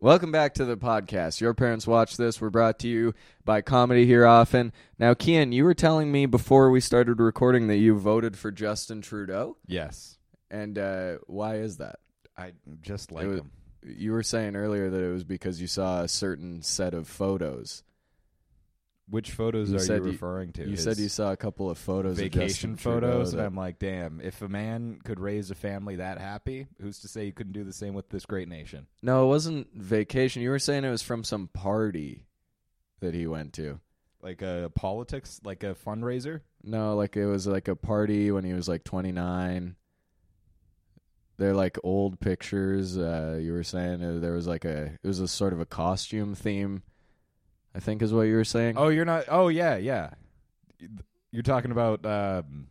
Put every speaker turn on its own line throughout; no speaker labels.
Welcome back to the podcast. Your parents watch this. We're brought to you by Comedy Here Often. Now, Kian, you were telling me before we started recording that you voted for Justin Trudeau,
Yes,
and uh, why is that?
I just like
It was-
him.
You were saying earlier that it was because you saw a certain set of photos.
Which photos
You
are you
said you-
referring to?
You said
His
you saw a couple of photos, of Justin
vacation
Trudeau
photos,
that-
and I'm like, damn. If a man could raise a family that happy, who's to say you couldn't do the same with this great nation?
no, it wasn't vacation. You were saying it was from some party that he went to.
Like a politics, like a fundraiser.
No, like it was like a party when he was like 29. They're like old pictures. Uh, you were saying uh, there was like a it was a sort of a costume theme. I think is what you were saying.
Oh, you're not. Oh, yeah, yeah. You're talking about um,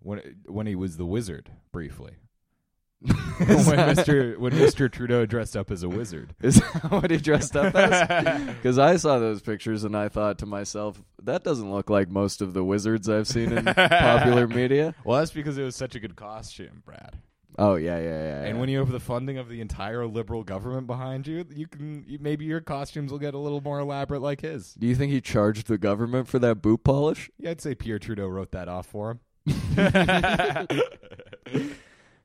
when when he was the wizard briefly. when Mr. when Mr. Trudeau dressed up as a wizard.
Is that what he dressed up as? Because I saw those pictures and I thought to myself, that doesn't look like most of the wizards I've seen in popular media.
Well, that's because it was such a good costume, Brad.
Oh yeah, yeah, yeah.
And
yeah.
when you have the funding of the entire liberal government behind you, you can you, maybe your costumes will get a little more elaborate like his.
do you think he charged the government for that boot polish?
Yeah, I'd say Pierre Trudeau wrote that off for him.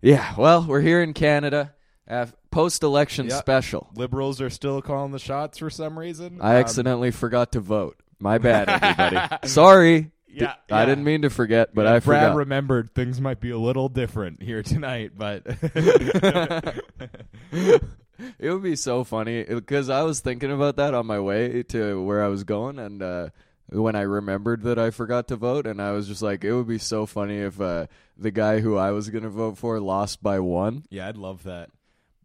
Yeah. Well, we're here in Canada, af- post-election
Yeah.
special.
Liberals are still calling the shots for some reason.
I
Um,
accidentally forgot to vote. My bad, everybody. Sorry.
Yeah,
D- I
yeah.
didn't mean to forget, but I
Brad
forgot.
remembered things might be a little different here tonight, but
it would be so funny because I was thinking about that on my way to where I was going, and uh, when I remembered that I forgot to vote, and I was just like, it would be so funny if uh, the guy who I was going to vote for lost by one.
yeah, I'd love that.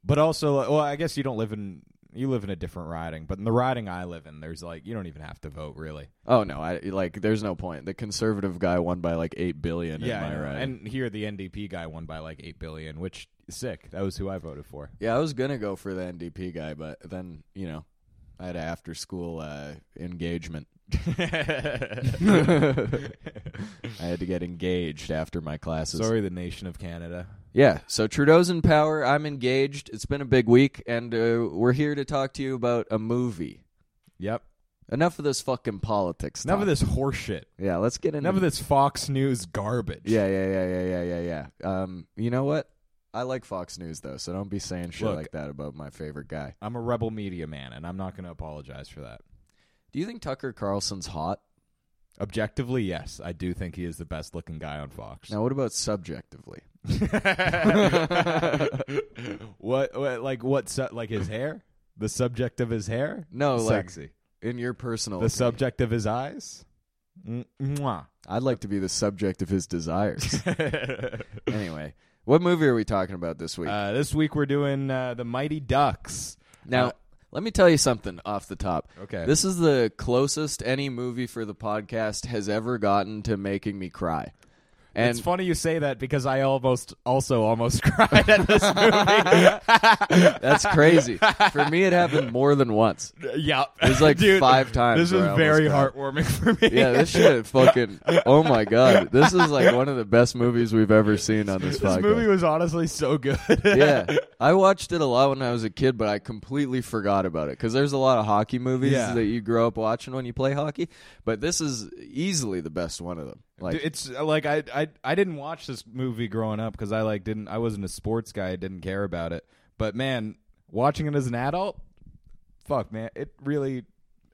But also, like, well, I guess you don't live in you live in a different riding, but in the riding I live in, there's like you don't even have to vote really.
Oh no! I like. There's no point. The conservative guy won by like eight billion. in
I
my
know.
riding.
And here the NDP guy won by like eight billion, which is sick. That was who I voted for.
Yeah, I was gonna go for the NDP guy, but then you know, I had a after school uh, engagement. I had to get engaged after my classes.
Sorry, the nation of Canada.
Yeah, so Trudeau's in power. I'm engaged. It's been a big week, and uh, we're here to talk to you about a movie.
Yep.
Enough of this fucking politics.
Enough of
talk.
this horseshit.
Yeah, let's get into
Enough of this Fox News garbage.
Yeah, yeah, yeah, yeah, yeah, yeah, yeah. Um, you know what? I like Fox News though, so don't be saying shit
Look.
like that about my favorite guy.
I'm a rebel media man, and I'm not going to apologize for that.
Do you think Tucker Carlson's hot?
Objectively, yes, I do think he is the best looking guy on Fox.
Now, what about subjectively?
what, what, like, what, su- like his hair? The subject of his hair?
No, like
Sexy.
in your personal.
The subject of his eyes? Mm, Mwah.
I'd like to be the subject of his desires. anyway, what movie are we talking about this week?
Uh, this week we're doing uh, the Mighty Ducks.
now,
uh,
let me tell you something off the top.
Okay.
This is the closest any movie for the podcast has ever gotten to making me cry. And
it's funny you say that because I almost also almost cried at this movie.
that's crazy. for me, it happened more than once.
yeah,
It was like
Dude,
five times
This
where I
was
almost
very
cried.
heartwarming for me.
Yeah, this shit fucking. Oh my god, this is like one of the best movies we've ever seen on this,
this
podcast.
movie was honestly so good.
yeah, I watched it a lot when I was a kid, but I completely forgot about it because there's a lot of hockey movies
Yeah.
that you grow up watching when you play hockey. But this is easily the best one of them. Like,
it's uh, like I, I I didn't watch this movie growing up because I like didn't I wasn't a sports guy I didn't care about it but man watching it as an adult fuck man it really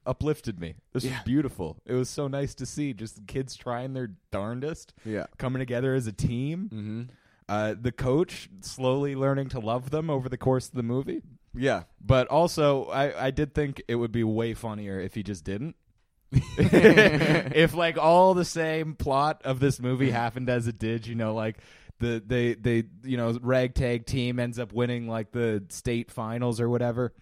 uplifted me this was beautiful it was so nice to see just the kids trying their darndest
Yeah.
coming together as a team mm-hmm. uh, the coach slowly learning to love them over the course of the movie
yeah,
but also, I, I did think it would be way funnier if he just didn't. if like all the same plot of this movie happened as it did, you know, like the they they you know ragtag team ends up winning like the state finals or whatever.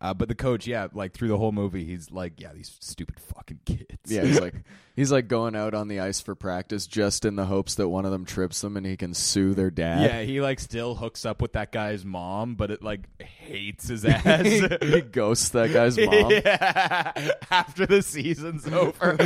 Uh, but the coach, yeah, like through the whole movie, he's like, yeah, these stupid fucking kids.
yeah. He's like, he's like going out on the ice for practice just in the hopes that one of them trips them and he can sue their dad.
yeah, he like still hooks up with that guy's mom, but it like hates his ass.
he ghosts that guy's mom.
Yeah. After the season's over.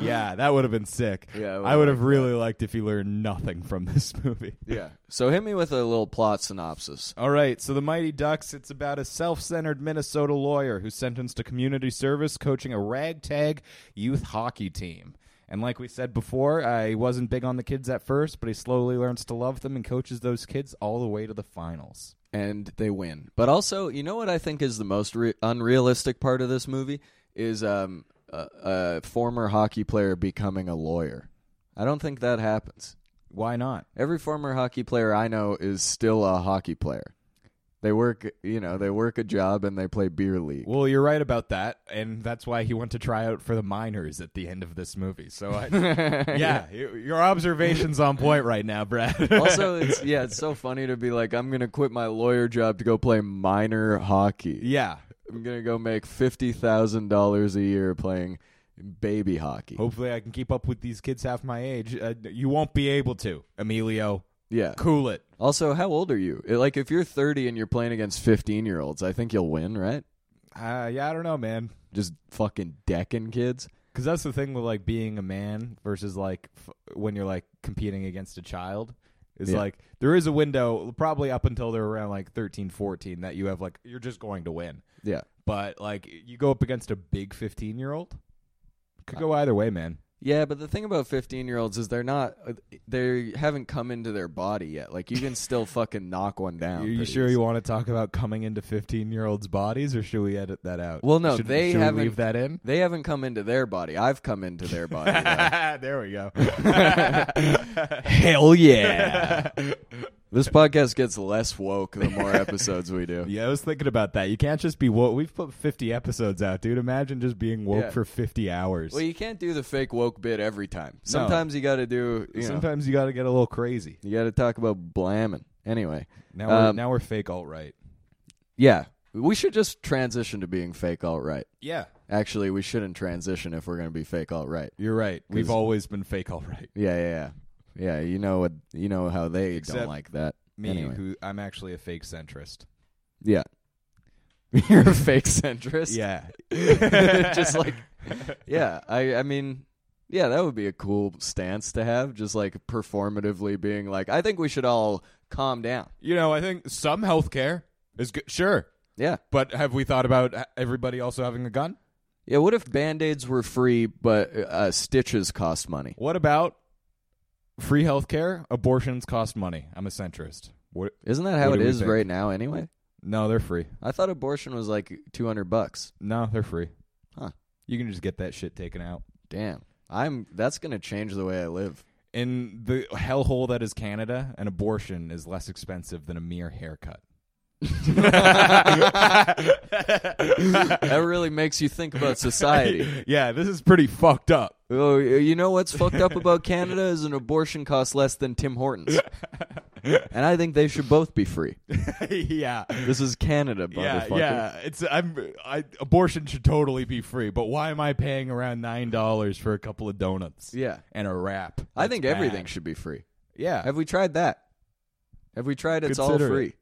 yeah, that would have been sick.
Yeah, I would've
I would have really liked if he learned nothing from this movie.
Yeah. So hit me with a little plot synopsis.
All right, so the Mighty Ducks, it's about a self centered Minnesota lawyer who's sentenced to community service coaching a ragtag youth hockey team. And like we said before, uh, he wasn't big on the kids at first, but he slowly learns to love them and coaches those kids all the way to the finals.
and they win. But also, you know what I think is the most re- unrealistic part of this movie is um, a, a former hockey player becoming a lawyer. I don't think that happens.
Why not?
Every former hockey player I know is still a hockey player. They work, you know, they work a job and they play beer league.
Well, you're right about that, and that's why he went to try out for the minors at the end of this movie. So, I, yeah, you- your observation's on point right now, Brad.
also, it's yeah, it's so funny to be like, I'm gonna quit my lawyer job to go play minor hockey.
yeah,
I'm gonna go make fifty thousand dollars a year playing baby hockey.
Hopefully, I can keep up with these kids half my age. Uh, you won't be able to, Emilio.
Yeah,
Cool it.
Also, how old are you? It- Like, if you're 30 and you're playing against 15 year olds, I think you'll win, right?
Uh, yeah, I don't know, man.
Just fucking decking kids.
Because that's the thing with like being a man versus like f- when you're like competing against a child. Is
Yeah.
like there is a window, probably up until they're around like 13, 14, that you have like you're just going to win.
Yeah.
But like you go up against a big 15 year old, could go either way, man.
Yeah, but the thing about 15 year olds is they're not, uh, they haven't come into their body yet. Like, you can still fucking knock one down.
You, you
pretty
sure
easy.
you want to talk about coming into 15 year olds' bodies, or should we edit that out?
Well, no,
Should-
they
should we
haven't-
leave that in.
They haven't come into their body. I've come into their body. though.
there we go.
Hell yeah. this podcast gets less woke the more episodes we do.
yeah, I was thinking about that. You can't just be woke. We've put 50 episodes out, dude. Imagine just being woke
Yeah.
for 50 hours.
Well, you can't do the fake woke bit every time. Sometimes you got to do, you know,
Sometimes you got to get a little crazy.
you got to talk about blamming. Anyway.
Now we're,
Um,
now we're fake alt right.
Yeah. We should just transition to being fake alt right.
Yeah,
Actually, we shouldn't transition if we're going to be fake alt right.
you're right. We've always been fake alt right.
Yeah, yeah, yeah. Yeah, you know what you know how they
Except
don't like that.
Me,
anyway.
who I'm actually a fake centrist.
Yeah. You're a fake centrist.
Yeah,
just like Yeah, I I mean yeah, that would be a cool stance to have just like performatively being like I think we should all calm down.
you know, I think some healthcare is good. Sure,
Yeah.
but have we thought about uh, everybody also having a gun?
Yeah, what if band-aids were free but uh, stitches cost money?
What about free healthcare? Abortions cost money. I'm a centrist. What?
Isn't that how
What
it
do we
is
think?
right now anyway?
No, they're free.
I thought abortion was like 200 bucks.
No, they're free.
Huh.
You can just get that shit taken out.
Damn. I'm that's going to change the way I live.
In the hellhole that is Canada, an abortion is less expensive than a mere haircut.
That really makes you think about society.
yeah, this is pretty fucked up.
oh, you know what's fucked up about Canada is an abortion costs less than Tim Hortons. And I think they should both be free.
yeah.
This is Canada,
Yeah,
motherfucker.
yeah. It's I'm I abortion should totally be free, but why am I paying around nine dollars for a couple of donuts?
Yeah.
And a wrap.
I
That's
think
bad.
everything should be free.
Yeah.
Have we tried that? Have we tried it's all
Consider it.
free?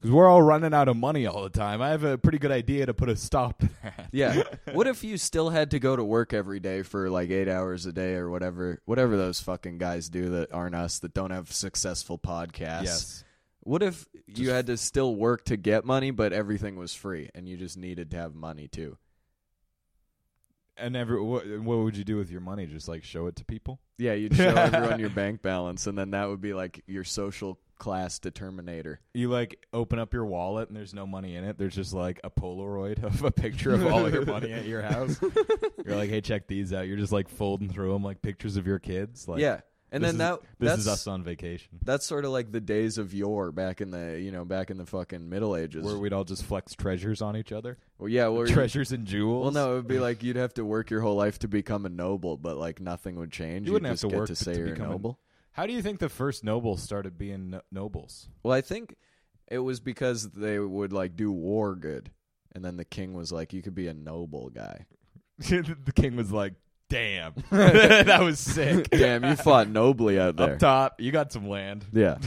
Because we're all running out of money all the time. I have a pretty good idea to put a stop to that.
Yeah. what if you still had to go to work every day for like eight hours a day or whatever whatever those fucking guys do that aren't us that don't have successful podcasts?
Yes.
What if you had to still work to get money but everything was free and you just needed to have money too?
And every what, what would you do with your money? Just like show it to people?
Yeah, you'd show everyone your bank balance and then that would be like your social class determinator.
You like open up your wallet and there's no money in it. There's just like a Polaroid of a picture of all of your money at your house. You're like, hey, check these out. You're just like folding through them like pictures of your kids. Like,
yeah. And
this
then
is-
that
this
that's,
is us on vacation
that's sort of like the days of yore back in the you know back in the fucking Middle Ages.
where we'd all just flex treasures on each other,
well, yeah, where you-
treasures and
Well,
jewels.
no, it would be like you'd have to work your whole life to become a noble, but like nothing would change.
You wouldn't have
just
to
get
work
to
to-
say
to
you're
become a-
noble.
How do you think the first nobles started being no- nobles?
Well, I think it was because they would like do war good, and then the king was like, "You could be a noble guy."
the king was like, "Damn, that was sick.
Damn, you fought nobly out there.
Up top, you got some land."
Yeah.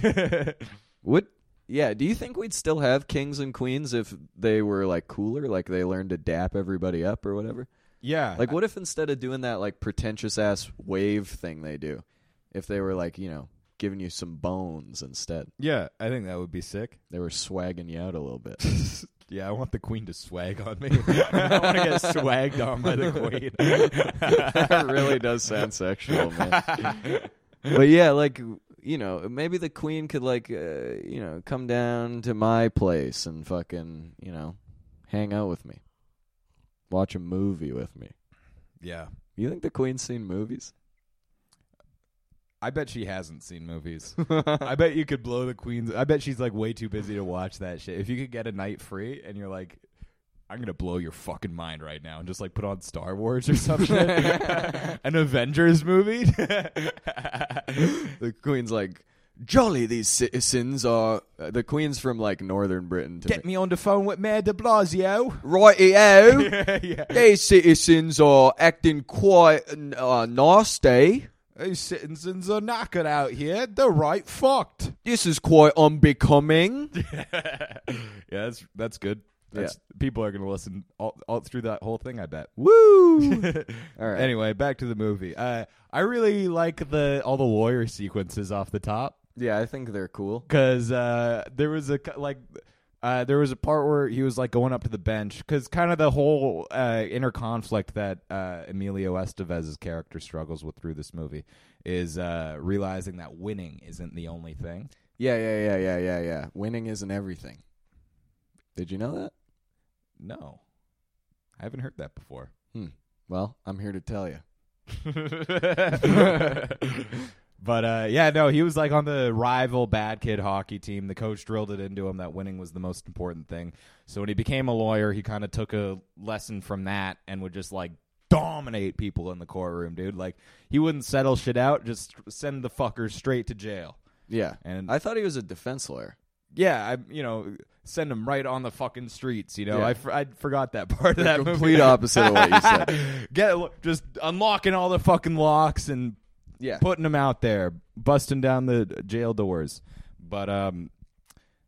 What? Yeah. Do you think we'd still have kings and queens if they were like cooler, like they learned to dap everybody up or whatever?
Yeah.
Like, what if instead of doing that like pretentious ass wave thing they do, if they were like you know giving you some bones instead,
yeah, I think that would be sick.
they were swagging you out a little bit.
yeah, I want the queen to swag on me. I want to get swagged on by the
that
queen.
really does sound sexual, man. But yeah, like you know, maybe the queen could like uh, you know come down to my place and fucking you know hang out with me, watch a movie with me.
yeah.
You think the queen's seen movies?
I bet she hasn't seen movies. I bet you could blow the queen's. I bet she's like way too busy to watch that shit. If you could get a night free and you're like, I'm gonna blow your fucking mind right now, and just like put on Star Wars or something, an Avengers movie.
the queen's like jolly these citizens are uh, the queen's from like northern britain to
get me on the phone with Mayor De Blasio.
righty-o
yeah.
these citizens are acting quite uh, nasty
Those citizens are knackered out here. They're right fucked.
this is quite unbecoming
yeah, that's that's good. That's, People are gonna listen all, all through that whole thing. I bet.
woo all right
Anyway, back to the movie. Uh, I really like the all the lawyer sequences off the top
yeah i think they're cool
because uh, there was a cu- like uh, there was a part where he was like going up to the bench because kind of the whole uh, inner conflict that uh, Emilio Estevez's character struggles with through this movie is uh, realizing that winning isn't the only thing.
yeah yeah yeah yeah yeah yeah winning isn't everything did you know that
No, I haven't heard that before.
hmm well i'm here to tell you
but uh, yeah, no, he was like on the rival bad kid hockey team. The coach drilled it into him that winning was the most important thing. So when he became a lawyer, he kind of took a lesson from that and would just like dominate people in the courtroom, dude. Like he wouldn't settle shit out; just send the fucker straight to jail.
yeah
And
i thought he was a defense lawyer
yeah, I you know send him right on the fucking streets. You know,
Yeah.
I, for, I forgot that part of that movie.
complete opposite of what you said
Get just unlocking all the fucking locks and
yeah
putting them out there, busting down the jail doors. But um,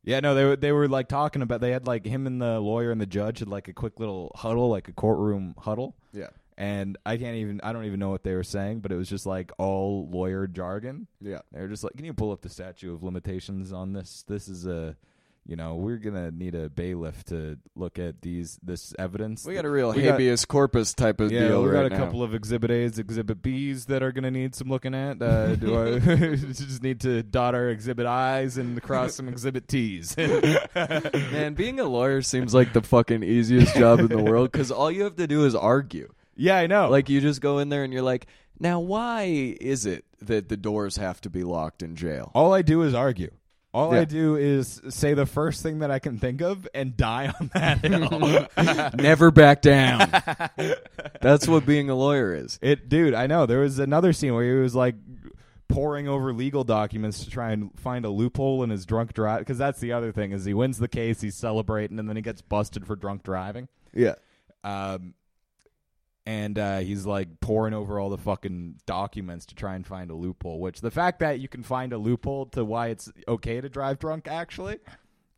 yeah, no, they were they were like talking about they had like him and the lawyer and the judge had like a quick little huddle, like a courtroom huddle.
yeah
And I can't even I don't even know what they were saying, but it was just like all lawyer jargon.
yeah
They were just like, "Can you pull up the statute of limitations on this? This is a, you know, we're gonna need a bailiff to look at these this evidence.
We got a real
We got-
habeas corpus type of
yeah,
deal
we got
right
a
now.
couple of exhibit A's, exhibit B's that are gonna need some looking at. Uh, do I just need to dot our exhibit I's and cross some exhibit T's?
Man, being a lawyer seems like the fucking easiest job in the world because all you have to do is argue.
yeah, I know.
Like you just go in there and you're like, now why is it that the doors have to be locked in jail?
all I do is argue. All I
Yeah.
do is say the first thing that I can think of and die on that hill.
Never back down. That's what being a lawyer is.
It, dude, I know. There was another scene where he was like poring over legal documents to try and find a loophole in his drunk drive. Because that's the other thing is he wins the case, he's celebrating, and then he gets busted for drunk driving.
Yeah.
Um, and uh, he's like poring over all the fucking documents to try and find a loophole. Which the fact that you can find a loophole to why it's okay to drive drunk, actually,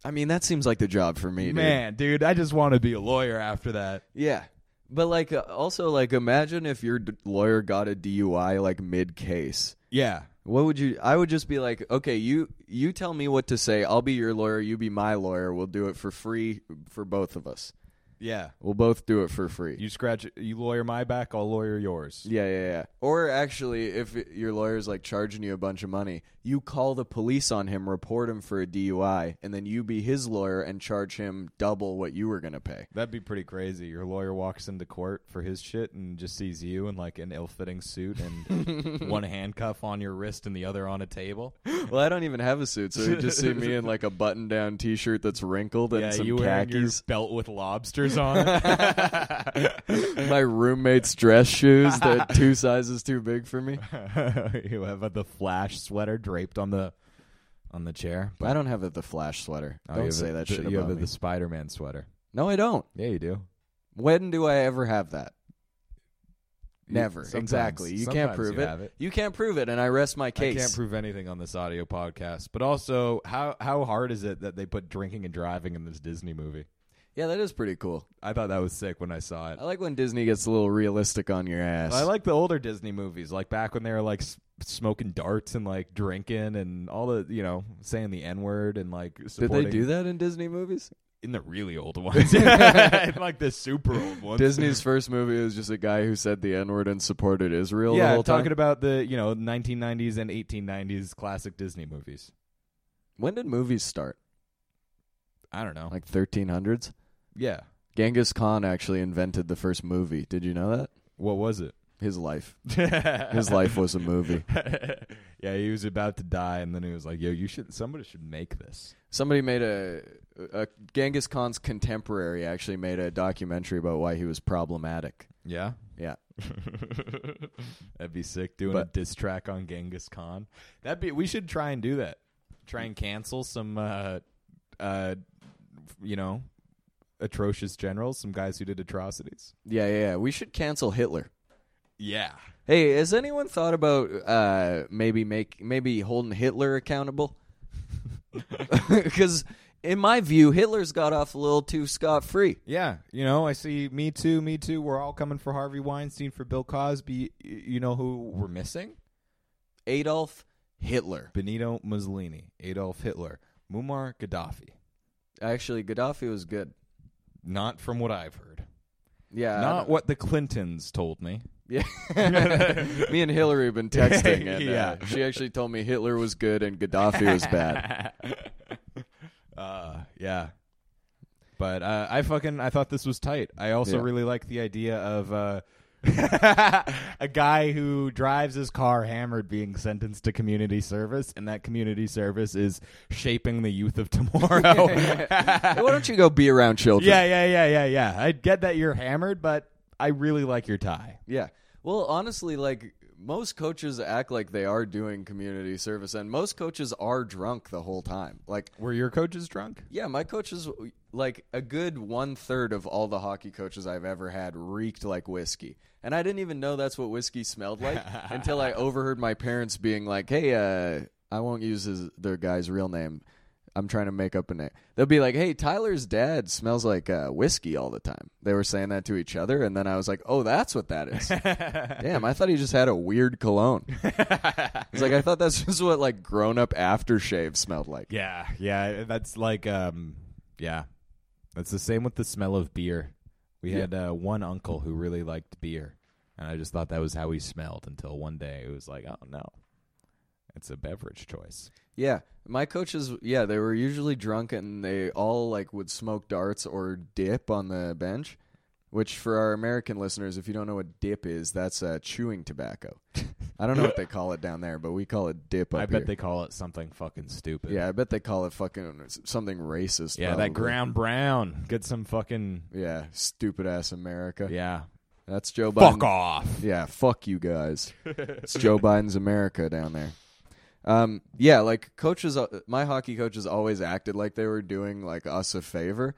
I mean, that seems like the job for me, dude.
man, dude, I just want to be a lawyer after that.
Yeah. But like, uh, also like, imagine if your d- lawyer got a DUI like mid case.
Yeah,
What would you? I would just be like, okay, you you tell me what to say. I'll be your lawyer. You be my lawyer. We'll do it for free for both of us.
yeah.
We'll both do it for free.
You scratch, you lawyer my back, I'll lawyer yours.
Yeah, yeah, yeah. Or actually, if it- your lawyer's like charging you a bunch of money, you call the police on him, report him for a DUI, and then you be his lawyer and charge him double what you were gonna pay.
That'd be pretty crazy. Your lawyer walks into court for his shit and just sees you in like an ill-fitting suit and one handcuff on your wrist and the other on a table.
Well, I don't even have a suit, so you just see me in like a button-down T-shirt that's wrinkled and
yeah,
some
you wearing your
khakis.
belt with lobsters on. it.
My roommate's dress shoes that are two sizes too big for me.
you have uh, the flash sweater draped on the on the chair.
I don't have a, the flash sweater.
Oh, you
don't
have
say
a-
that
the-
shit
You
about
have a-
me.
the Spider-Man sweater.
no, I don't.
Yeah, you do.
When do I ever have that? Never.
Sometimes-
exactly. You can't
sometimes
prove
you
it.
have it.
You can't prove it, and I rest my case.
I can't prove anything on this audio podcast. But also, how how hard is it that they put drinking and driving in this Disney movie?
Yeah, that is pretty cool.
I thought that was sick when I saw it.
I like when Disney gets a little realistic on your ass.
I like the older Disney movies, like back when they were like s- smoking darts and like drinking and all the, you know, saying the N word and like.
Did they
Supporting
do that in Disney movies?
in the really old ones, like the super old ones?
Disney's first movie was just a guy who said the N word and supported Israel.
yeah,
the
I'm
whole
talking
time.
about the you know 1990s and 1890s classic Disney movies.
When did movies start?
I don't know.
Like 1300s.
yeah,
Genghis Khan actually invented the first movie. Did you know that?
what was it?
His life. His
His
life was a movie.
yeah, he was about to die, and then he was like, "Yo, you should. Somebody should make this."
Somebody made a, a Genghis Khan's contemporary actually made a documentary about why he was problematic.
Yeah,
Yeah.
that'd be sick. Doing a
But-
diss track on Genghis Khan. That'd be. We should try and do that. Try and cancel some, uh, uh, you know, atrocious generals, some guys who did atrocities.
Yeah, yeah, yeah. We should cancel Hitler.
Yeah.
Hey, has anyone thought about uh, maybe make maybe holding Hitler accountable? Because in my view, Hitler's got off a little too scot free.
Yeah, you know, I see. Me too. Me too. We're all coming for Harvey Weinstein for Bill Cosby. Y- You know who we're missing?
Adolf Hitler.
Benito Mussolini, Adolf Hitler, Muammar Gaddafi.
Actually, Gaddafi was good.
Not from what I've heard.
Yeah, I
Not
don't-
what the Clintons told me.
Yeah. me and Hillary have been texting, and
Yeah.
uh, she actually told me Hitler was good and Gaddafi was bad.
uh, yeah. But uh, I fucking I thought this was tight. I also
Yeah.
really like the idea of uh, a guy who drives his car hammered being sentenced to community service, and that community service is shaping the youth of tomorrow.
Hey, Why don't you go be around children?
Yeah, yeah, yeah, yeah, yeah. I get that you're hammered, but I really like your tie.
Yeah. Well, honestly, like most coaches act like they are doing community service, and most coaches are drunk the whole time. Like,
Were your coaches drunk?
yeah, my coaches, like a good one third of all the hockey coaches I've ever had reeked like whiskey. And I didn't even know that's what whiskey smelled like until I overheard my parents being like, hey, uh, I won't use his, their guy's real name. I'm trying to make up a name. They'll be like, hey, Tyler's dad smells like uh, whiskey all the time. They were saying that to each other. And then I was like, oh, that's what that is. Damn, I thought he just had a weird cologne. it's like I thought that's just what like grown up aftershave smelled like.
Yeah, yeah. That's like, um, yeah. That's the same with the smell of beer. We
Yeah.
had uh, one uncle who really liked beer, and I just thought that was how he smelled until one day it was like, oh no, it's a beverage choice.
Yeah. My coaches yeah, they were usually drunk and they all like would smoke darts or dip on the bench. Which for our American listeners, if you don't know what dip is, that's uh, chewing tobacco. I don't know what they call it down there, but we call it dip up
I bet
here.
they call it something fucking stupid.
yeah, I bet they call it fucking something racist.
yeah.
probably.
That ground brown. Get some fucking
Yeah, stupid ass America.
yeah.
That's Joe Biden.
Fuck off.
Yeah, fuck you guys. it's Joe Biden's America down there. Um, yeah, like coaches, uh, my hockey coaches always acted like they were doing like us a favor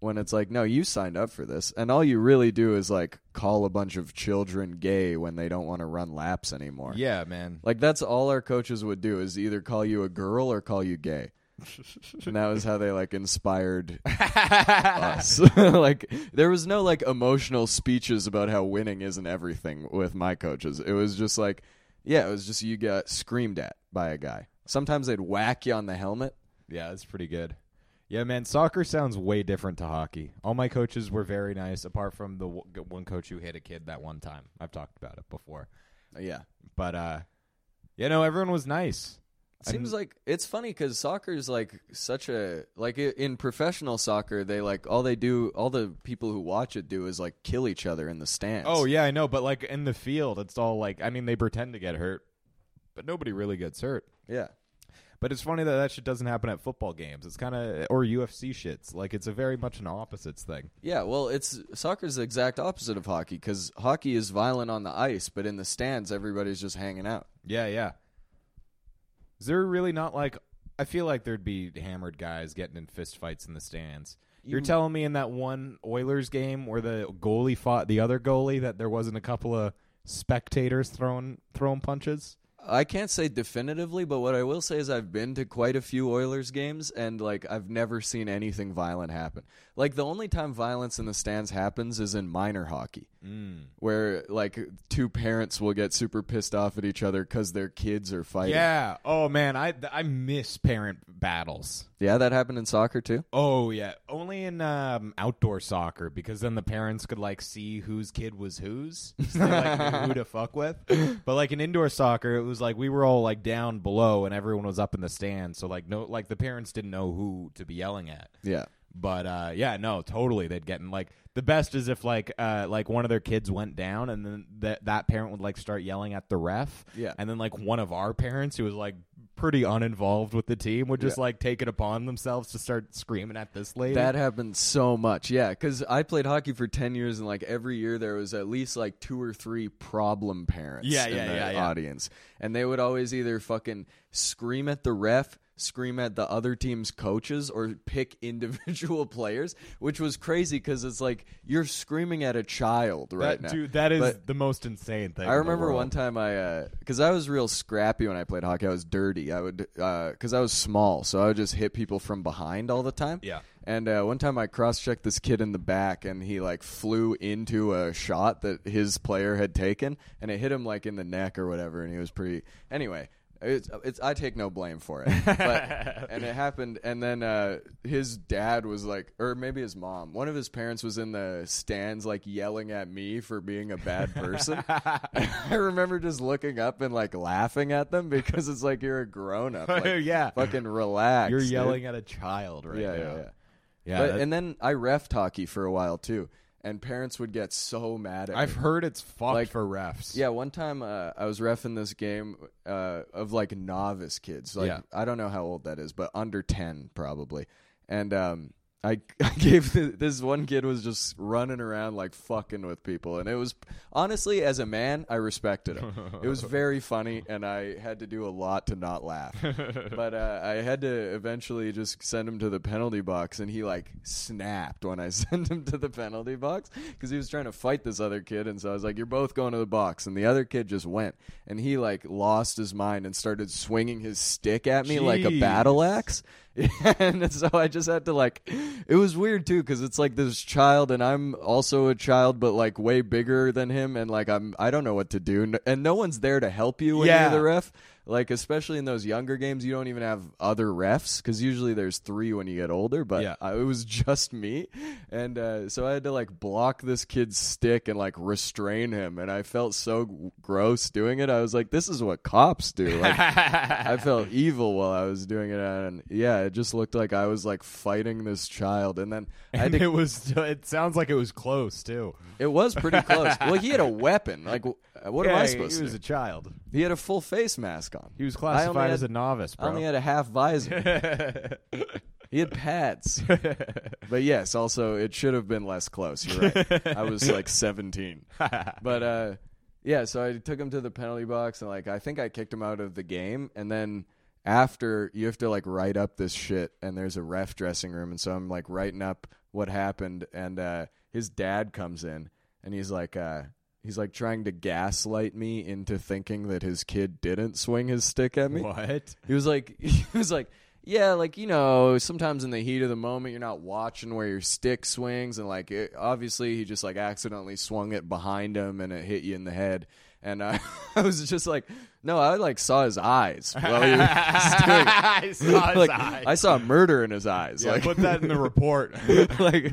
when it's like, no, you signed up for this, and all you really do is like call a bunch of children gay when they don't want to run laps anymore.
Yeah, man.
Like that's all our coaches would do is either call you a girl or call you gay. and that was how they like inspired us. like there was no like emotional speeches about how winning isn't everything with my coaches. It was just like yeah, it was just you got screamed at by a guy. Sometimes they'd whack you on the helmet.
Yeah, that's pretty good. Yeah, man, soccer sounds way different to hockey. All my coaches were very nice, apart from the w- g- one coach who hit a kid that one time. I've talked about it before,
Yeah.
but uh, you know, everyone was nice.
Seems like it's funny because soccer is like such a like i- in professional soccer they like all they do all the people who watch it do is like kill each other in the stands.
Oh yeah, I know, but like in the field, it's all like I mean, they pretend to get hurt, but nobody really gets hurt.
yeah.
But it's funny that that shit doesn't happen at football games. It's kind of or UFC shits. Like it's a very much an opposites thing.
Yeah, well, it's soccer's the exact opposite of hockey because hockey is violent on the ice, but in the stands, everybody's just hanging out.
Yeah, yeah. Is there really not like? I feel like there'd be hammered guys getting in fist fights in the stands. You, are telling me in that one Oilers game where the goalie fought the other goalie that there wasn't a couple of spectators throwing throwing punches?
I can't say definitively, but what I will say is I've been to quite a few Oilers games and like I've never seen anything violent happen. Like the only time violence in the stands happens is in minor hockey, where like two parents will get super pissed off at each other because their kids are fighting.
Yeah. Oh man, I th- I miss parent battles.
Yeah, that happened in soccer too.
Oh yeah, only in um, outdoor soccer because then the parents could like see whose kid was whose, so they, like, knew who to fuck with. But like in indoor soccer, it was like we were all like down below and everyone was up in the stands, so like no, like the parents didn't know who to be yelling at.
Yeah.
But uh, yeah, no, totally. They'd get in like the best is if like uh, like one of their kids went down, and then that that parent would like start yelling at the ref.
Yeah.
and then like one of our parents who was like pretty uninvolved with the team would just like take it upon themselves to start screaming at this lady.
That happened so much, yeah. Because I played hockey for ten years, and like every year there was at least like two or three problem parents
Yeah,
in
yeah,
the
yeah, yeah.
audience, and they would always either fucking scream at the ref, scream at the other team's coaches, or pick individual players, which was crazy because it's like you're screaming at a child
That-
right now,
dude, that is
But-
the most insane thing.
I
in the
remember
world.
one time I, because I was real scrappy when I played hockey. I was dirty. I would, because I was small, so I would just hit people from behind all the time.
Yeah.
And uh, one time I cross-checked this kid in the back, and he like flew into a shot that his player had taken, and it hit him like in the neck or whatever, and he was pretty. Anyway. It's, it's, I take no blame for it, but, and it happened. And then uh, his dad was like, or maybe his mom. One of his parents was in the stands, like yelling at me for being a bad person. I remember just looking up and like laughing at them because it's like you're a grown up. Like,
Yeah.
fucking relax.
You're
dude.
yelling at a child right
Yeah,
now.
yeah, yeah.
Yeah,
But-
that-
and then I ref hockey for a while too, and parents would get so mad at me.
I've heard it's fucked
Like-
for refs.
Yeah, one time uh, I was refing this game uh, of like novice kids. Like
Yeah.
I don't know how old that is, but under ten probably. And um, I, I gave the, this one kid was just running around like fucking with people, and it was honestly as a man I respected him. it was very funny, and I had to do a lot to not laugh. but uh, I had to eventually just send him to the penalty box, and he like snapped when I sent him to the penalty box because he was trying to fight this other kid, and so I was like, "You're both going to the box," and the other kid just went, and he like lost his mind and started swinging his stick at me like a
Jeez.
battle axe. and so I just had to like, it was weird too because it's like this child, and I'm also a child, but like way bigger than him, and like I'm I don't know what to do, n- and no one's there to help you when
Yeah.
you're the ref. Like especially in those younger games, you don't even have other refs because usually there's three when you get older. But
Yeah.
I, it was just me, and uh, so I had to like block this kid's stick and like restrain him, and I felt so g- gross doing it. I was like, this is what cops do. Like, I felt evil while I was doing it, and yeah, it just looked like I was like fighting this child, and then I had
and
to
it was. It sounds like it was close too.
it was pretty close. well, he had a weapon. Like, w- what am
Yeah,
I
he-
supposed
He
to
was
do?
a child.
he had a full face mask on.
He was
I
classified
only
as a
had-
novice,
I
bro.
only had a half visor. he had pads. but yes, also, it should have been less close. You're right. I was like 17. But, uh, yeah, so I took him to the penalty box, and, like, I think I kicked him out of the game. And then after, you have to, like, write up this shit, and there's a ref dressing room. And so I'm, like, writing up what happened. And, uh, his dad comes in, and he's like, uh, He's like trying to gaslight me into thinking that his kid didn't swing his stick at me.
what?
He was like, he was like, yeah, like you know, sometimes in the heat of the moment, you're not watching where your stick swings, and like it, obviously he just like accidentally swung it behind him and it hit you in the head. And I, I was just like, no, I like saw his eyes while Oh, he was doing it.
I saw his
Like,
eyes.
I saw murder in his eyes.
Yeah,
like
put that in the report.
Like-